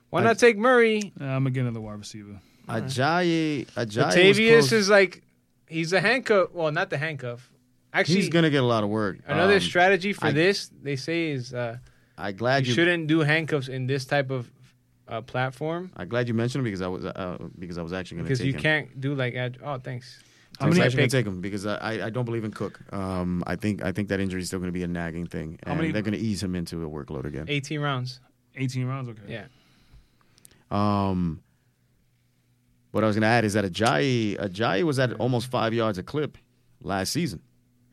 [SPEAKER 2] Why
[SPEAKER 1] I-
[SPEAKER 2] not take Murray?
[SPEAKER 3] Uh, I'm again another wide receiver.
[SPEAKER 1] Ajayi. Ajayi was
[SPEAKER 2] Latavius
[SPEAKER 1] close.
[SPEAKER 2] is like, he's a handcuff. Well, not the handcuff. Actually,
[SPEAKER 1] he's going to get a lot of work.
[SPEAKER 2] another
[SPEAKER 1] Um,
[SPEAKER 2] strategy for
[SPEAKER 1] I-
[SPEAKER 2] this, they say, is uh,
[SPEAKER 1] I glad
[SPEAKER 2] you
[SPEAKER 1] you.
[SPEAKER 2] shouldn't do handcuffs in this type of uh, platform
[SPEAKER 1] I glad you mentioned him because I was uh, because I was actually going to
[SPEAKER 2] because
[SPEAKER 1] take
[SPEAKER 2] you
[SPEAKER 1] him.
[SPEAKER 2] can't do like, Aj- oh, thanks.
[SPEAKER 1] I
[SPEAKER 3] How
[SPEAKER 1] was
[SPEAKER 3] many-
[SPEAKER 1] actually going to take him because I, I, I don't believe in Cook. Um, I think I think that injury is still going to be a nagging thing,
[SPEAKER 3] How
[SPEAKER 1] and
[SPEAKER 3] many-
[SPEAKER 1] they're going to ease him into a workload again.
[SPEAKER 2] 18 rounds.
[SPEAKER 3] 18 rounds, okay.
[SPEAKER 2] Yeah.
[SPEAKER 1] Um, what I was going to add is that Ajayi Ajayi was at almost five yards a clip last season.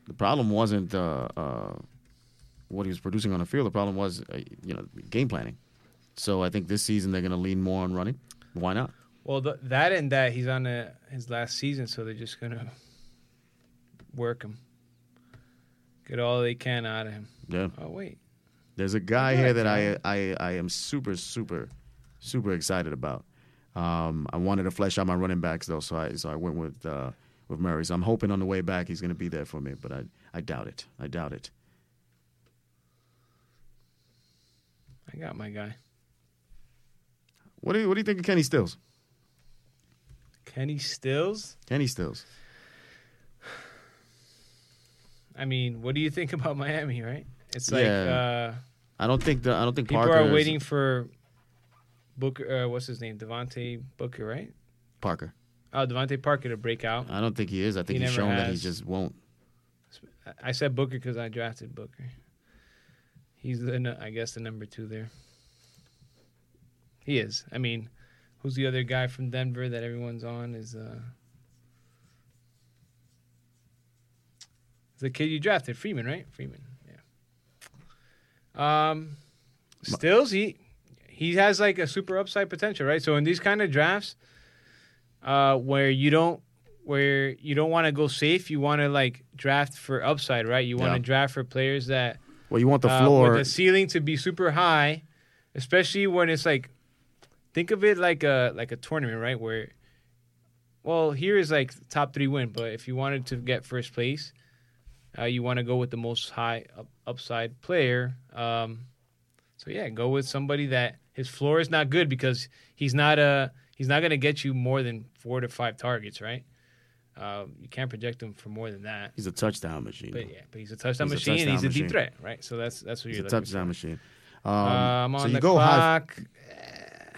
[SPEAKER 1] The problem wasn't uh, uh, what he was producing on the field. The problem was, uh, you know, game planning. So I think this season they're going to lean more on running. Why not?
[SPEAKER 2] Well, th- that and that he's on a, his last season, so they're just gonna work him, get all they can out of him.
[SPEAKER 1] Yeah.
[SPEAKER 2] Oh wait,
[SPEAKER 1] There's a guy
[SPEAKER 2] Yeah,
[SPEAKER 1] here that I,
[SPEAKER 2] yeah.
[SPEAKER 1] I I am super super super excited about. Um, I wanted to flesh out my running backs though, so I so I went with uh, with Murray. So I'm hoping on the way back he's going to be there for me, but I I doubt it. I doubt it.
[SPEAKER 2] I got my guy,
[SPEAKER 1] What do you, what do you think of Kenny Stills?
[SPEAKER 2] Kenny Stills.
[SPEAKER 1] Kenny Stills.
[SPEAKER 2] I mean, what do you think about Miami? Right? It's like
[SPEAKER 1] Yeah.
[SPEAKER 2] uh,
[SPEAKER 1] I don't think the, I don't think
[SPEAKER 2] people
[SPEAKER 1] Parker
[SPEAKER 2] are
[SPEAKER 1] is-
[SPEAKER 2] waiting for Booker. Uh, what's his name? Devontae Booker, right?
[SPEAKER 1] Parker.
[SPEAKER 2] Oh, Devontae Parker to break out.
[SPEAKER 1] I don't think he is. I think
[SPEAKER 2] He
[SPEAKER 1] he's
[SPEAKER 2] never
[SPEAKER 1] shown that he
[SPEAKER 2] has.
[SPEAKER 1] just won't.
[SPEAKER 2] I- I said Booker because I drafted Booker. He's the nu- I guess the number two there. He is. I mean, who's the other guy from Denver that everyone's on? Is uh, the kid you drafted Freeman, right? Freeman, yeah. Um, Stills he he has like a super upside potential, right? So in these kind of drafts, uh, where you don't where you don't want to go safe. You want to like draft for upside, right? You want to
[SPEAKER 1] Yeah.
[SPEAKER 2] draft for players that
[SPEAKER 1] Well, you want the
[SPEAKER 2] uh,
[SPEAKER 1] floor.
[SPEAKER 2] with the ceiling to be super high, especially when it's like, think of it like a like a tournament, right? Where, well, here is like top three win, but if you wanted to get first place, uh, you want to go with the most high up, upside player. Um, so yeah, go with somebody that his floor is not good because he's not a he's not gonna get you more than four to five targets, right? Uh, you can't project him for more than that.
[SPEAKER 1] he's a touchdown machine.
[SPEAKER 2] But yeah, but he's a touchdown
[SPEAKER 1] He's a
[SPEAKER 2] machine. and
[SPEAKER 1] touchdown
[SPEAKER 2] he's a deep
[SPEAKER 1] machine.
[SPEAKER 2] threat, right? So that's that's what
[SPEAKER 1] he's
[SPEAKER 2] you're
[SPEAKER 1] a
[SPEAKER 2] looking
[SPEAKER 1] touchdown machine. Um,
[SPEAKER 2] for. Um, on
[SPEAKER 1] so you
[SPEAKER 2] the
[SPEAKER 1] go high.
[SPEAKER 2] clock.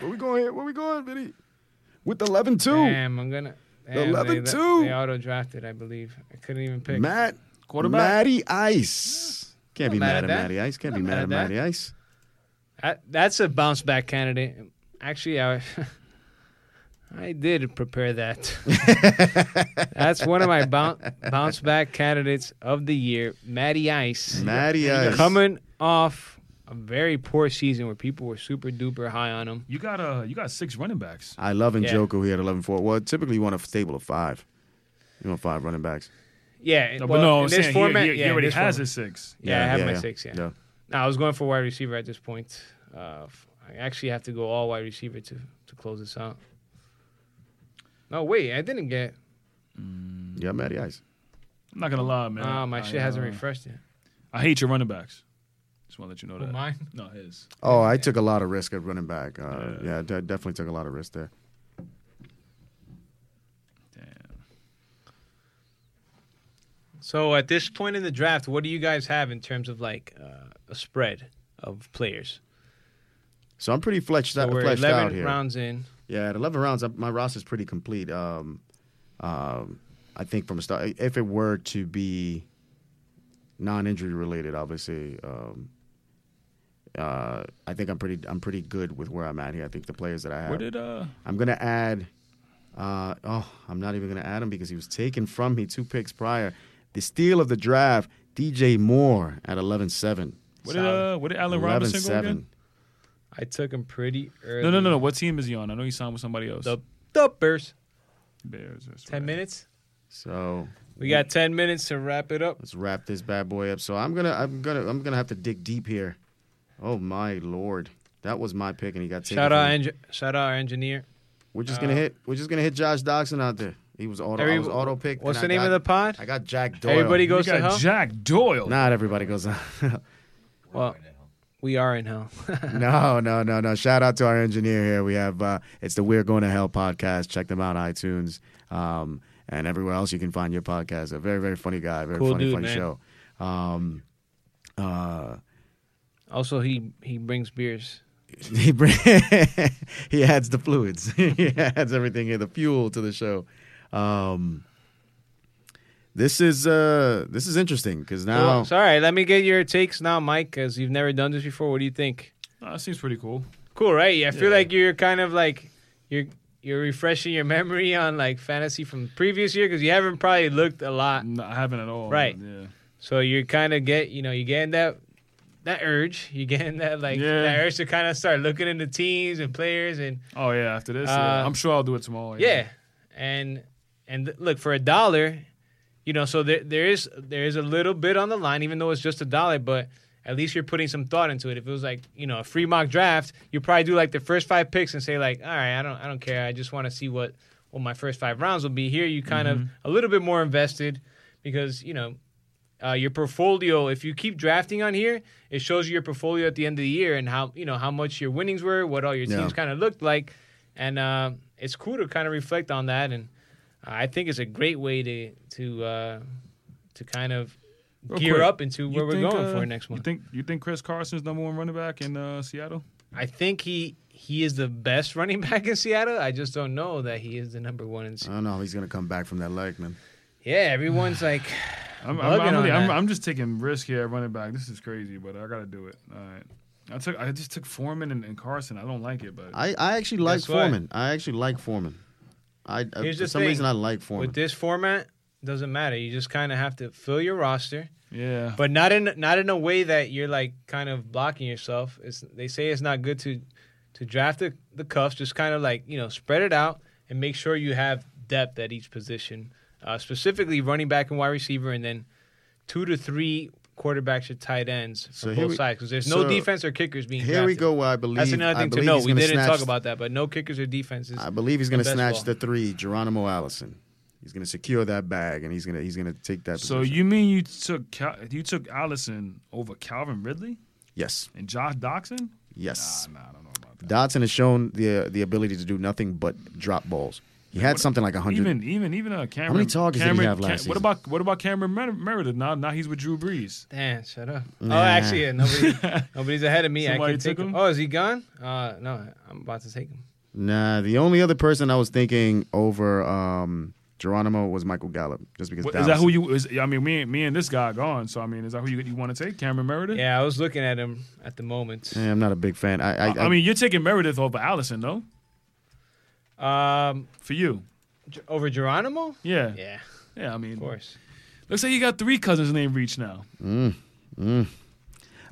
[SPEAKER 1] Where we going here? Where we going, Vinny? With 11 2.
[SPEAKER 2] Damn, I'm gonna. Damn,
[SPEAKER 1] 11-2.
[SPEAKER 2] They, they auto drafted, I believe. I couldn't even pick.
[SPEAKER 1] Matt.
[SPEAKER 3] Quarterback.
[SPEAKER 1] Matty Ice. Can't
[SPEAKER 2] Not
[SPEAKER 1] be
[SPEAKER 2] mad
[SPEAKER 1] mad
[SPEAKER 2] at
[SPEAKER 1] at
[SPEAKER 2] that.
[SPEAKER 1] Matty Ice. Can't
[SPEAKER 2] Not
[SPEAKER 1] be
[SPEAKER 2] mad
[SPEAKER 1] mad
[SPEAKER 2] at
[SPEAKER 1] at
[SPEAKER 2] that.
[SPEAKER 1] Matty Ice.
[SPEAKER 2] I, that's a bounce back candidate. Actually, I. I did prepare that. That's one of my bounce, bounce back candidates of the year, Matty Ice.
[SPEAKER 1] Matty Ice.
[SPEAKER 2] Coming off a very poor season where people were super duper high on him.
[SPEAKER 3] You got uh, you got six running
[SPEAKER 2] Uh,
[SPEAKER 3] backs.
[SPEAKER 1] I love
[SPEAKER 2] Yeah.
[SPEAKER 1] Njoku here at 11 4. Well, typically you want a stable of five. You want five running backs.
[SPEAKER 2] Yeah,
[SPEAKER 3] No,
[SPEAKER 2] well,
[SPEAKER 3] but no, I'm
[SPEAKER 2] in
[SPEAKER 3] saying
[SPEAKER 2] this
[SPEAKER 3] he-
[SPEAKER 2] format,
[SPEAKER 3] he, he
[SPEAKER 2] yeah, in
[SPEAKER 3] already
[SPEAKER 2] this
[SPEAKER 3] has
[SPEAKER 2] format.
[SPEAKER 3] his six.
[SPEAKER 2] Yeah, I have my six. Yeah.
[SPEAKER 1] yeah.
[SPEAKER 2] No, I was going for wide receiver at this point. Uh, f- I actually have to go all wide receiver to to close this out. No, wait, I didn't get.
[SPEAKER 1] Yeah, Matty Ice.
[SPEAKER 3] I'm not gonna lie, man.
[SPEAKER 2] Ah, my shit
[SPEAKER 3] I,
[SPEAKER 2] hasn't
[SPEAKER 3] uh,
[SPEAKER 2] refreshed yet.
[SPEAKER 3] I hate your running backs. Just want to let you know
[SPEAKER 2] Oh,
[SPEAKER 3] that.
[SPEAKER 2] mine?
[SPEAKER 3] No, his.
[SPEAKER 1] Oh, I took a lot of risk at running back. Uh,
[SPEAKER 3] Yeah.
[SPEAKER 1] yeah, I de- definitely took a lot of risk there.
[SPEAKER 3] Damn.
[SPEAKER 2] So at this point in the draft, what do you guys have in terms of like uh, a spread of players?
[SPEAKER 1] So I'm pretty fleshed
[SPEAKER 2] So
[SPEAKER 1] out,
[SPEAKER 2] we're
[SPEAKER 1] fleshed out
[SPEAKER 2] eleven
[SPEAKER 1] here.
[SPEAKER 2] rounds in.
[SPEAKER 1] Yeah, at 11 rounds, I'm- my roster's pretty complete. Um, um, I think from a start, if it were to be non-injury related, obviously, um, uh, I think I'm pretty I'm pretty good with where I'm at here. I think the players that I have.
[SPEAKER 3] Where did uh?
[SPEAKER 1] I'm gonna add. Uh, oh, I'm not even gonna add him because he was taken from me two picks prior. The steal of the drive, DJ Moore at 11-7.
[SPEAKER 3] What did uh? What did Allen Robinson go
[SPEAKER 1] 11-7.
[SPEAKER 3] again?
[SPEAKER 2] I took him pretty early.
[SPEAKER 3] No, no, no, no. What team is he on? I know he signed with somebody else.
[SPEAKER 2] The the Bears.
[SPEAKER 3] Bears. that's
[SPEAKER 2] Ten
[SPEAKER 3] right.
[SPEAKER 2] minutes.
[SPEAKER 1] So
[SPEAKER 2] We got ten minutes to wrap it up.
[SPEAKER 1] Let's wrap this bad boy up. So I'm gonna I'm gonna I'm gonna have to dig deep here. Oh my lord. That was my pick and he got taken.
[SPEAKER 2] Shout
[SPEAKER 1] from
[SPEAKER 2] out,
[SPEAKER 1] me.
[SPEAKER 2] eng- shout out, our engineer.
[SPEAKER 1] We're just gonna hit we're just gonna hit Josh Dodson out there. He was auto I
[SPEAKER 2] Every-
[SPEAKER 1] was auto picked.
[SPEAKER 2] What's the
[SPEAKER 1] and I
[SPEAKER 2] name of the
[SPEAKER 1] got-
[SPEAKER 2] pod?
[SPEAKER 1] I got Jack Doyle.
[SPEAKER 2] Everybody
[SPEAKER 3] We
[SPEAKER 2] goes to hell.
[SPEAKER 3] got Jack Doyle.
[SPEAKER 1] Not everybody goes on.
[SPEAKER 2] Well, we are in hell.
[SPEAKER 1] no, no, no, no. Shout out to our engineer here. We have uh it's the We're Going to Hell podcast. Check them out, iTunes. Um and everywhere else you can find your podcast. A very, very funny guy, very
[SPEAKER 2] Cool
[SPEAKER 1] funny,
[SPEAKER 2] dude,
[SPEAKER 1] funny
[SPEAKER 2] man.
[SPEAKER 1] show. Um uh
[SPEAKER 2] also, he he brings beers.
[SPEAKER 1] He bring, he adds the fluids. he adds everything here, the fuel to the show. Um, this is uh, this is interesting because now
[SPEAKER 2] Well, sorry, let me get your takes now, Mike, because you've never done this before. What do you think?
[SPEAKER 3] Uh, that seems pretty cool.
[SPEAKER 2] Cool, right? I feel
[SPEAKER 3] Yeah.
[SPEAKER 2] like you're kind of like you're you're refreshing your memory on like fantasy from previous year because you haven't probably looked a lot.
[SPEAKER 3] No, I haven't at all.
[SPEAKER 2] Right.
[SPEAKER 3] Yeah.
[SPEAKER 2] So you're kind of get you know you getting that that urge. You're getting that like
[SPEAKER 3] Yeah.
[SPEAKER 2] that urge to kind of start looking into teams and players and
[SPEAKER 3] Oh yeah, after this,
[SPEAKER 2] Uh,
[SPEAKER 3] yeah. I'm sure I'll do it tomorrow.
[SPEAKER 2] yeah, and and th- look for a dollar, you know. So there there is there is a little bit on the line, even though it's just a dollar, but. At least you're putting some thought into it. If it was like you know a free mock draft, you probably do like the first five picks and say like, all right, I don't, I don't care. I just want to see what, what my first five rounds will be. Here, you kind of a little bit more invested because you know uh, your portfolio. If you keep drafting on here, it shows you your portfolio at the end of the year and how you know how much your winnings were, what all your
[SPEAKER 1] Yeah.
[SPEAKER 2] teams kind of looked like, and uh, it's cool to kind of reflect on that. And I think it's a great way to to uh, to kind of
[SPEAKER 3] Real
[SPEAKER 2] gear
[SPEAKER 3] quick,
[SPEAKER 2] up into where we're going for next
[SPEAKER 3] one.
[SPEAKER 2] month.
[SPEAKER 3] uh, You think you think Chris Carson's number one running back in uh, Seattle?
[SPEAKER 2] I think he he is the best running back in Seattle. I just don't know that he is the number one in.
[SPEAKER 1] I
[SPEAKER 2] Se-
[SPEAKER 1] don't know. if He's gonna come back from that leg, man.
[SPEAKER 2] Yeah, everyone's like,
[SPEAKER 3] I'm,
[SPEAKER 2] Bugging
[SPEAKER 3] I'm, I'm,
[SPEAKER 2] on
[SPEAKER 3] really, I'm,
[SPEAKER 2] that.
[SPEAKER 3] I'm just taking risk here at running back. This is crazy, but I gotta do it. All right. I took I just took Foreman and, and Carson. I don't like it, but
[SPEAKER 1] I, I actually like
[SPEAKER 2] Guess what?
[SPEAKER 1] Foreman. I actually like Foreman. I, I
[SPEAKER 2] Here's
[SPEAKER 1] for
[SPEAKER 2] the
[SPEAKER 1] some
[SPEAKER 2] thing.
[SPEAKER 1] reason I like Foreman.
[SPEAKER 2] with this format, doesn't matter. You just kind of have to fill your roster.
[SPEAKER 3] yeah.
[SPEAKER 2] but not in not in a way that you're like kind of blocking yourself. It's they say it's not good to to draft the, the cuffs. Just kind of like you know spread it out and make sure you have depth at each position, uh, specifically running back and wide receiver, and then two to three quarterbacks or tight ends
[SPEAKER 1] So
[SPEAKER 2] from
[SPEAKER 1] here
[SPEAKER 2] both
[SPEAKER 1] we-
[SPEAKER 2] sides because there's no
[SPEAKER 1] so
[SPEAKER 2] defense or kickers being.
[SPEAKER 1] Here we
[SPEAKER 2] drafted.
[SPEAKER 1] go. Where I believe
[SPEAKER 2] That's another
[SPEAKER 1] I
[SPEAKER 2] thing to
[SPEAKER 1] believe
[SPEAKER 2] know.
[SPEAKER 1] he's
[SPEAKER 2] We
[SPEAKER 1] gonna
[SPEAKER 2] didn't
[SPEAKER 1] snatch-
[SPEAKER 2] talk about that, but no kickers or defenses.
[SPEAKER 1] I believe he's gonna
[SPEAKER 2] the best
[SPEAKER 1] snatch
[SPEAKER 2] ball.
[SPEAKER 1] the three, Geronimo Allison. He's gonna secure that bag, and he's gonna he's gonna take that.
[SPEAKER 3] So
[SPEAKER 1] position.
[SPEAKER 3] you mean you took Cal- you took Allison over Calvin Ridley
[SPEAKER 1] yes,
[SPEAKER 3] and Josh Doxson?
[SPEAKER 1] yes.
[SPEAKER 3] Nah, nah, I don't know about that.
[SPEAKER 1] Dotson has shown the the ability to do nothing but drop balls. He had
[SPEAKER 3] what-
[SPEAKER 1] something like hundred.
[SPEAKER 3] Even even even uh, Cameron.
[SPEAKER 1] targets did he
[SPEAKER 3] Cameron,
[SPEAKER 1] have last
[SPEAKER 3] Cam- What
[SPEAKER 1] season?
[SPEAKER 3] about what about Cameron Mer- Meredith? Now now he's with Drew Brees.
[SPEAKER 2] Damn, shut up.
[SPEAKER 1] Nah.
[SPEAKER 2] Oh, actually, yeah, nobody, nobody's ahead of me. I
[SPEAKER 3] Somebody
[SPEAKER 2] can take
[SPEAKER 3] took
[SPEAKER 2] him.
[SPEAKER 3] him?
[SPEAKER 2] Oh, is he gone? Uh, no, I'm about to take him.
[SPEAKER 1] Nah, the only other person I was thinking over um, Geronimo was Michael Gallup, just because.
[SPEAKER 3] What,
[SPEAKER 1] Dallas.
[SPEAKER 3] is that who you? Is, I mean, me and me and this guy are gone. So I mean, is that who you, you want to take? Cameron Meredith?
[SPEAKER 2] Yeah, I was looking at him at the moment.
[SPEAKER 1] Yeah, I'm not a big fan. I I,
[SPEAKER 3] I, I mean, you're taking Meredith over Allison, though.
[SPEAKER 2] Um,
[SPEAKER 3] For you,
[SPEAKER 2] Ge- over Geronimo?
[SPEAKER 3] yeah, yeah.
[SPEAKER 2] Yeah,
[SPEAKER 3] I mean,
[SPEAKER 2] of course.
[SPEAKER 3] let's say you got three cousins named Reach now.
[SPEAKER 1] mm, mm.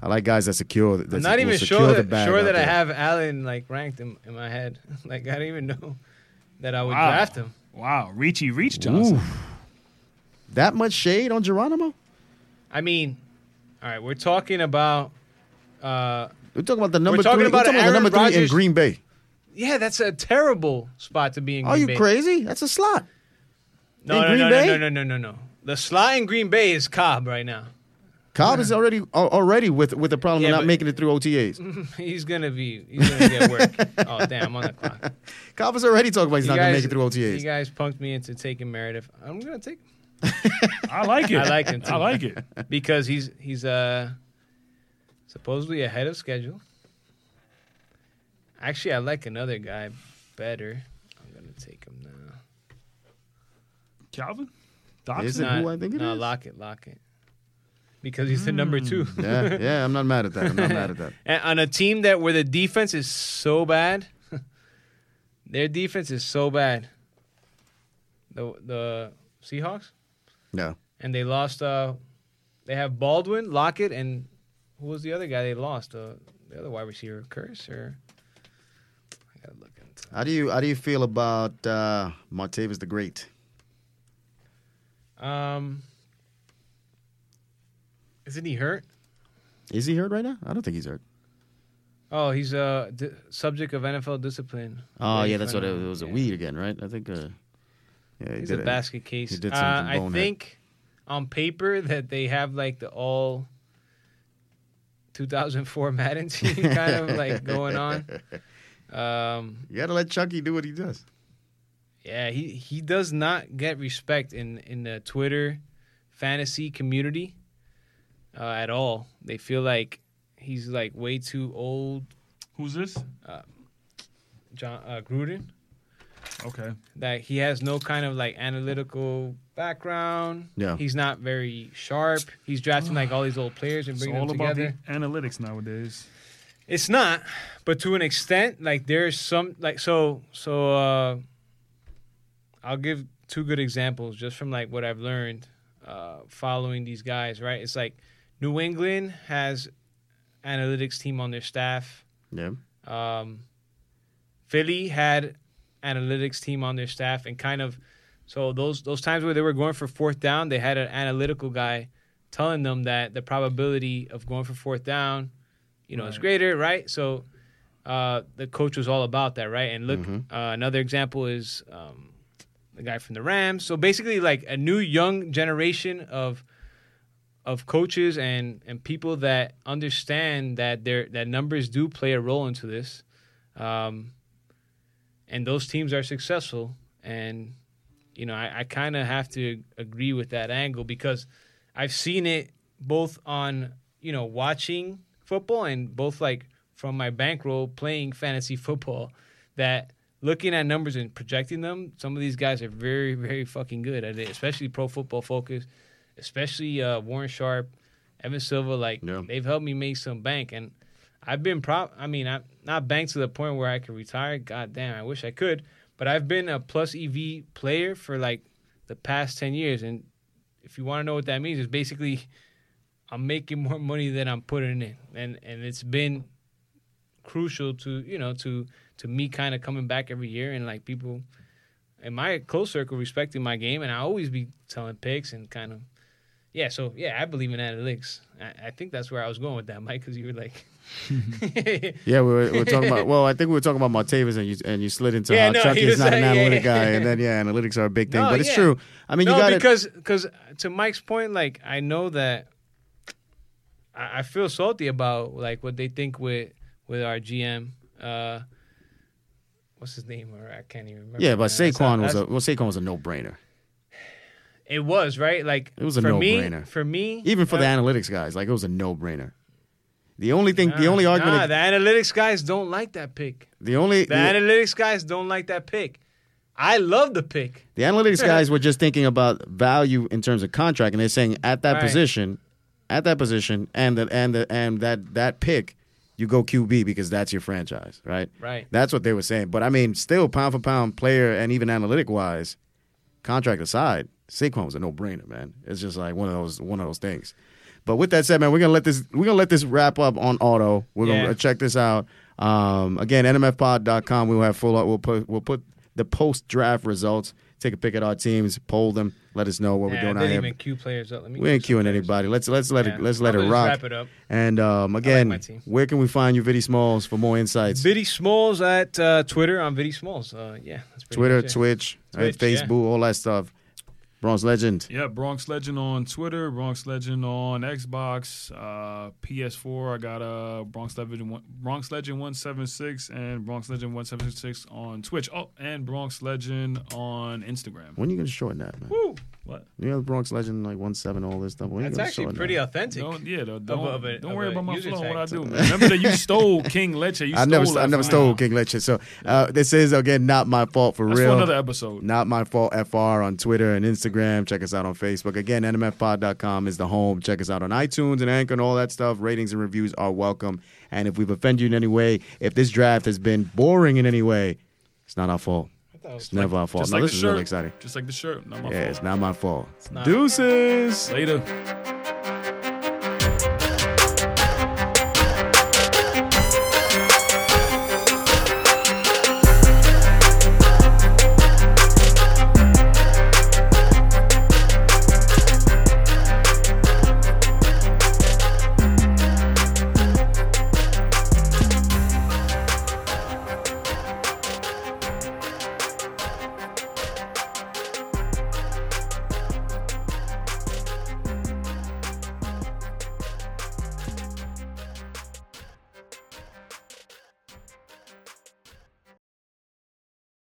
[SPEAKER 1] I like guys that secure. That
[SPEAKER 2] I'm not
[SPEAKER 1] will
[SPEAKER 2] even
[SPEAKER 1] secure
[SPEAKER 2] sure
[SPEAKER 1] the
[SPEAKER 2] that,
[SPEAKER 1] bag
[SPEAKER 2] sure
[SPEAKER 1] out
[SPEAKER 2] that I
[SPEAKER 1] there.
[SPEAKER 2] have Allen like ranked in, in my head. Like I don't even know that I would
[SPEAKER 3] Wow.
[SPEAKER 2] draft him.
[SPEAKER 3] Wow, Reachy Reach Johnson.
[SPEAKER 1] that much shade on Geronimo.
[SPEAKER 2] I mean, all right, we're talking about. Uh,
[SPEAKER 1] We're talking about the number
[SPEAKER 2] talking
[SPEAKER 1] three.
[SPEAKER 2] about
[SPEAKER 1] we're talking
[SPEAKER 2] Aaron
[SPEAKER 1] about the number three in
[SPEAKER 2] Rodgers-
[SPEAKER 1] Green Bay.
[SPEAKER 2] yeah, that's a terrible spot to be in.
[SPEAKER 1] Are you
[SPEAKER 2] Green Bay.
[SPEAKER 1] crazy? That's a slot.
[SPEAKER 2] No,
[SPEAKER 1] In
[SPEAKER 2] no,
[SPEAKER 1] Green
[SPEAKER 2] no,
[SPEAKER 1] Bay?
[SPEAKER 2] no, no, no, no, no. The slot in Green Bay is Cobb right now.
[SPEAKER 1] Cobb is already al- already with with the problem
[SPEAKER 2] Yeah,
[SPEAKER 1] of not
[SPEAKER 2] but-
[SPEAKER 1] making it through OTAs.
[SPEAKER 2] he's gonna be. He's gonna get work. oh damn, I'm on the clock.
[SPEAKER 1] Cobb is already talking about he's
[SPEAKER 2] You
[SPEAKER 1] not going to
[SPEAKER 2] guys-
[SPEAKER 1] make it through OTAs.
[SPEAKER 2] You guys punked me into taking Meredith. I'm gonna take
[SPEAKER 3] I like it.
[SPEAKER 2] I like him, too.
[SPEAKER 3] I like it.
[SPEAKER 2] because he's he's uh supposedly ahead of schedule. Actually, I like another guy better. I'm gonna take him now.
[SPEAKER 3] Calvin,
[SPEAKER 1] Is
[SPEAKER 3] Doxson.
[SPEAKER 1] it who I think it
[SPEAKER 2] no,
[SPEAKER 1] is? Hmm.
[SPEAKER 2] lock it, lock it, because he's the number two.
[SPEAKER 1] yeah, yeah, I'm not mad at that. I'm not mad at that.
[SPEAKER 2] And on a team that where the defense is so bad, their defense is so bad. The the Seahawks
[SPEAKER 1] No.
[SPEAKER 2] and they lost. Uh, they have Baldwin, Lockett, and who was the other guy they lost? Uh, the other wide receiver, Curse or I gotta look into.
[SPEAKER 1] How do you how do you feel about uh, Martavis the Great?
[SPEAKER 2] Um, isn't he hurt?
[SPEAKER 1] Is he hurt right now? I don't think he's hurt.
[SPEAKER 2] Oh, he's uh di- subject of NFL discipline.
[SPEAKER 1] Oh
[SPEAKER 2] Right,
[SPEAKER 1] yeah, that's what it,
[SPEAKER 2] fine.
[SPEAKER 1] was. A
[SPEAKER 2] Yeah.
[SPEAKER 1] weed again, right? I think. Uh, yeah, he
[SPEAKER 2] He's
[SPEAKER 1] did
[SPEAKER 2] a
[SPEAKER 1] it.
[SPEAKER 2] basket case.
[SPEAKER 1] he did
[SPEAKER 2] Uh,
[SPEAKER 1] something
[SPEAKER 2] I
[SPEAKER 1] bonehead.
[SPEAKER 2] think on paper that they have like the all 2004 Madden team kind of like going on. Um,
[SPEAKER 1] You got to let Chucky do what he does.
[SPEAKER 2] yeah, he, he does not get respect in in the Twitter fantasy community uh, at all. They feel like he's like way too old.
[SPEAKER 3] Who's this?
[SPEAKER 2] John uh, Gruden.
[SPEAKER 3] Okay.
[SPEAKER 2] that he has no kind of like analytical background.
[SPEAKER 1] Yeah.
[SPEAKER 2] He's not very sharp. He's drafting like all these old players and
[SPEAKER 3] It's
[SPEAKER 2] bringing
[SPEAKER 3] all
[SPEAKER 2] them
[SPEAKER 3] about
[SPEAKER 2] together.
[SPEAKER 3] the analytics nowadays.
[SPEAKER 2] It's not, but to an extent, like there's some like so so. uh I'll give two good examples just from like what I've learned uh following these guys. Right, it's like New England has analytics team on their staff.
[SPEAKER 1] Yeah.
[SPEAKER 2] Um, Philly had analytics team on their staff and kind of so those those times where they were going for fourth down, they had an analytical guy telling them that the probability of going for fourth down, you know, is
[SPEAKER 3] Right.
[SPEAKER 2] greater, right? So uh, the coach was all about that, right? And look,
[SPEAKER 1] Mhm.
[SPEAKER 2] uh, another example is um, the guy from the Rams. So basically, like a new young generation of of coaches and and people that understand that their that numbers do play a role into this, um, and those teams are successful. And you know, I, I kind of have to agree with that angle because I've seen it both on you know watching football and both like from my bankroll playing fantasy football that looking at numbers and projecting them some of these guys are very very fucking good at it especially pro football focus especially uh, Warren Sharp Evan Silva like
[SPEAKER 1] Yeah.
[SPEAKER 2] they've helped me make some bank and I've been prop I mean I not banked to the point where I could retire god damn I wish I could but I've been a plus EV player for like the past 10 years and if you want to know what that means, it's basically I'm making more money than I'm putting in, and and it's been crucial to you know to to me kind of coming back every year and like people in my close circle respecting my game, and I always be telling picks and kind of yeah. So yeah, I believe in analytics. I, I think that's where I was going with that, Mike, because you were like
[SPEAKER 1] Yeah, we were, we were talking about. Well, I think we were talking about Martavis, and you and you slid into
[SPEAKER 2] Yeah,
[SPEAKER 1] how
[SPEAKER 2] no, he
[SPEAKER 1] Chucky is
[SPEAKER 2] was
[SPEAKER 1] not an
[SPEAKER 2] like- yeah,
[SPEAKER 1] analytic
[SPEAKER 2] yeah.
[SPEAKER 1] guy, and then yeah, analytics are a big thing.
[SPEAKER 2] No,
[SPEAKER 1] but it's
[SPEAKER 2] yeah.
[SPEAKER 1] true. I mean,
[SPEAKER 2] no,
[SPEAKER 1] you got it.
[SPEAKER 2] because because to Mike's point, like I know that I, I feel salty about like what they think with with our GM. Uh, what's his name? Or I can't even remember.
[SPEAKER 1] Yeah, but
[SPEAKER 2] man. That's not-
[SPEAKER 1] Saquon was a
[SPEAKER 2] that's-
[SPEAKER 1] well, Saquon was a no brainer,
[SPEAKER 2] It was right. Like
[SPEAKER 1] It was a
[SPEAKER 2] for me-
[SPEAKER 1] no-brainer.
[SPEAKER 2] for me.
[SPEAKER 1] even for the
[SPEAKER 2] uh,
[SPEAKER 1] analytics guys. Like it was a no brainer. The only thing, the
[SPEAKER 2] nah,
[SPEAKER 1] only argument,
[SPEAKER 2] uh, Nah, the analytics guys don't like that pick.
[SPEAKER 1] the only
[SPEAKER 2] The
[SPEAKER 1] the-
[SPEAKER 2] analytics guys don't like that pick. I love the pick.
[SPEAKER 1] The analytics guys were just thinking about value in terms of contract, and they're saying at that
[SPEAKER 2] Right.
[SPEAKER 1] position, at that position, and that and the, and that that pick, you go QB because that's your franchise, right?
[SPEAKER 2] Right.
[SPEAKER 1] That's what they were saying. But I mean, still pound for pound, player and even analytic wise, contract aside, Saquon was a no brainer, man. It's just like one of those one of those things. But with that said, man, we're gonna let this we're gonna let this wrap up on auto. We're
[SPEAKER 2] Yeah.
[SPEAKER 1] gonna check this out. Um, again, nmfpod.com. We'll have full. We'll put we'll put the post draft results. Take a pick at our teams, poll them, let us know what
[SPEAKER 2] Nah,
[SPEAKER 1] we're doing
[SPEAKER 2] I
[SPEAKER 1] out
[SPEAKER 2] didn't
[SPEAKER 1] here.
[SPEAKER 2] even cue players up. Let me
[SPEAKER 1] we ain't
[SPEAKER 2] cue some
[SPEAKER 1] queuing
[SPEAKER 2] players.
[SPEAKER 1] anybody. Let's let's let
[SPEAKER 2] Yeah.
[SPEAKER 1] it let's let it
[SPEAKER 2] Probably
[SPEAKER 1] rock.
[SPEAKER 2] Wrap it up.
[SPEAKER 1] And um, again,
[SPEAKER 2] my team.
[SPEAKER 1] where can we find you, Viddy Smalls, for more insights?
[SPEAKER 2] Viddy Smalls at uh, Twitter. I'm Viddy Smalls. Uh, yeah, that's pretty
[SPEAKER 1] Twitter,
[SPEAKER 2] much it.
[SPEAKER 1] Twitch, uh,
[SPEAKER 2] Twitch,
[SPEAKER 1] Facebook, all that stuff. Bronze Legend.
[SPEAKER 3] Yeah, Bronx Legend on Twitter, Bronx Legend on Xbox, uh, PS4. I got uh, Bronx Legend one, Bronx Legend one seven six and Bronx Legend one seven six on Twitch. Oh, and Bronx Legend on Instagram.
[SPEAKER 1] When you gonna shorten that, man?
[SPEAKER 2] Woo.
[SPEAKER 3] What?
[SPEAKER 1] You know, Bronx Legend, like one seven, all this stuff. When you
[SPEAKER 2] That's
[SPEAKER 1] gonna
[SPEAKER 2] actually
[SPEAKER 1] shorten
[SPEAKER 2] pretty
[SPEAKER 1] that?
[SPEAKER 2] authentic.
[SPEAKER 3] Don't yeah, don't
[SPEAKER 2] of
[SPEAKER 3] don't,
[SPEAKER 2] a-
[SPEAKER 3] don't
[SPEAKER 2] of
[SPEAKER 3] worry
[SPEAKER 2] a
[SPEAKER 3] about my
[SPEAKER 2] user
[SPEAKER 3] flow and what I
[SPEAKER 2] tag.
[SPEAKER 3] do. Man. Remember that you stole King Leche. You
[SPEAKER 1] I never,
[SPEAKER 3] stole
[SPEAKER 1] I
[SPEAKER 3] that
[SPEAKER 1] never
[SPEAKER 3] from
[SPEAKER 1] stole
[SPEAKER 3] him.
[SPEAKER 1] King Leche. So uh, this is again not my fault for
[SPEAKER 3] That's for
[SPEAKER 1] real.
[SPEAKER 3] another episode.
[SPEAKER 1] Not my fault. Fr on Twitter and Instagram. Check us out on Facebook. Again, nmfpod.com is the home. Check us out on iTunes and Anchor and all that stuff. Ratings and reviews are welcome. And if we've offended you in any way, if this draft has been boring in any way, it's not our fault. It's never our fault.
[SPEAKER 3] Just
[SPEAKER 1] Now
[SPEAKER 3] like
[SPEAKER 1] this
[SPEAKER 3] the
[SPEAKER 1] is
[SPEAKER 3] shirt.
[SPEAKER 1] really exciting.
[SPEAKER 3] Just like the shirt. Not my
[SPEAKER 1] Yeah,
[SPEAKER 3] fault.
[SPEAKER 1] it's not my fault.
[SPEAKER 2] not.
[SPEAKER 1] Deuces.
[SPEAKER 3] Later.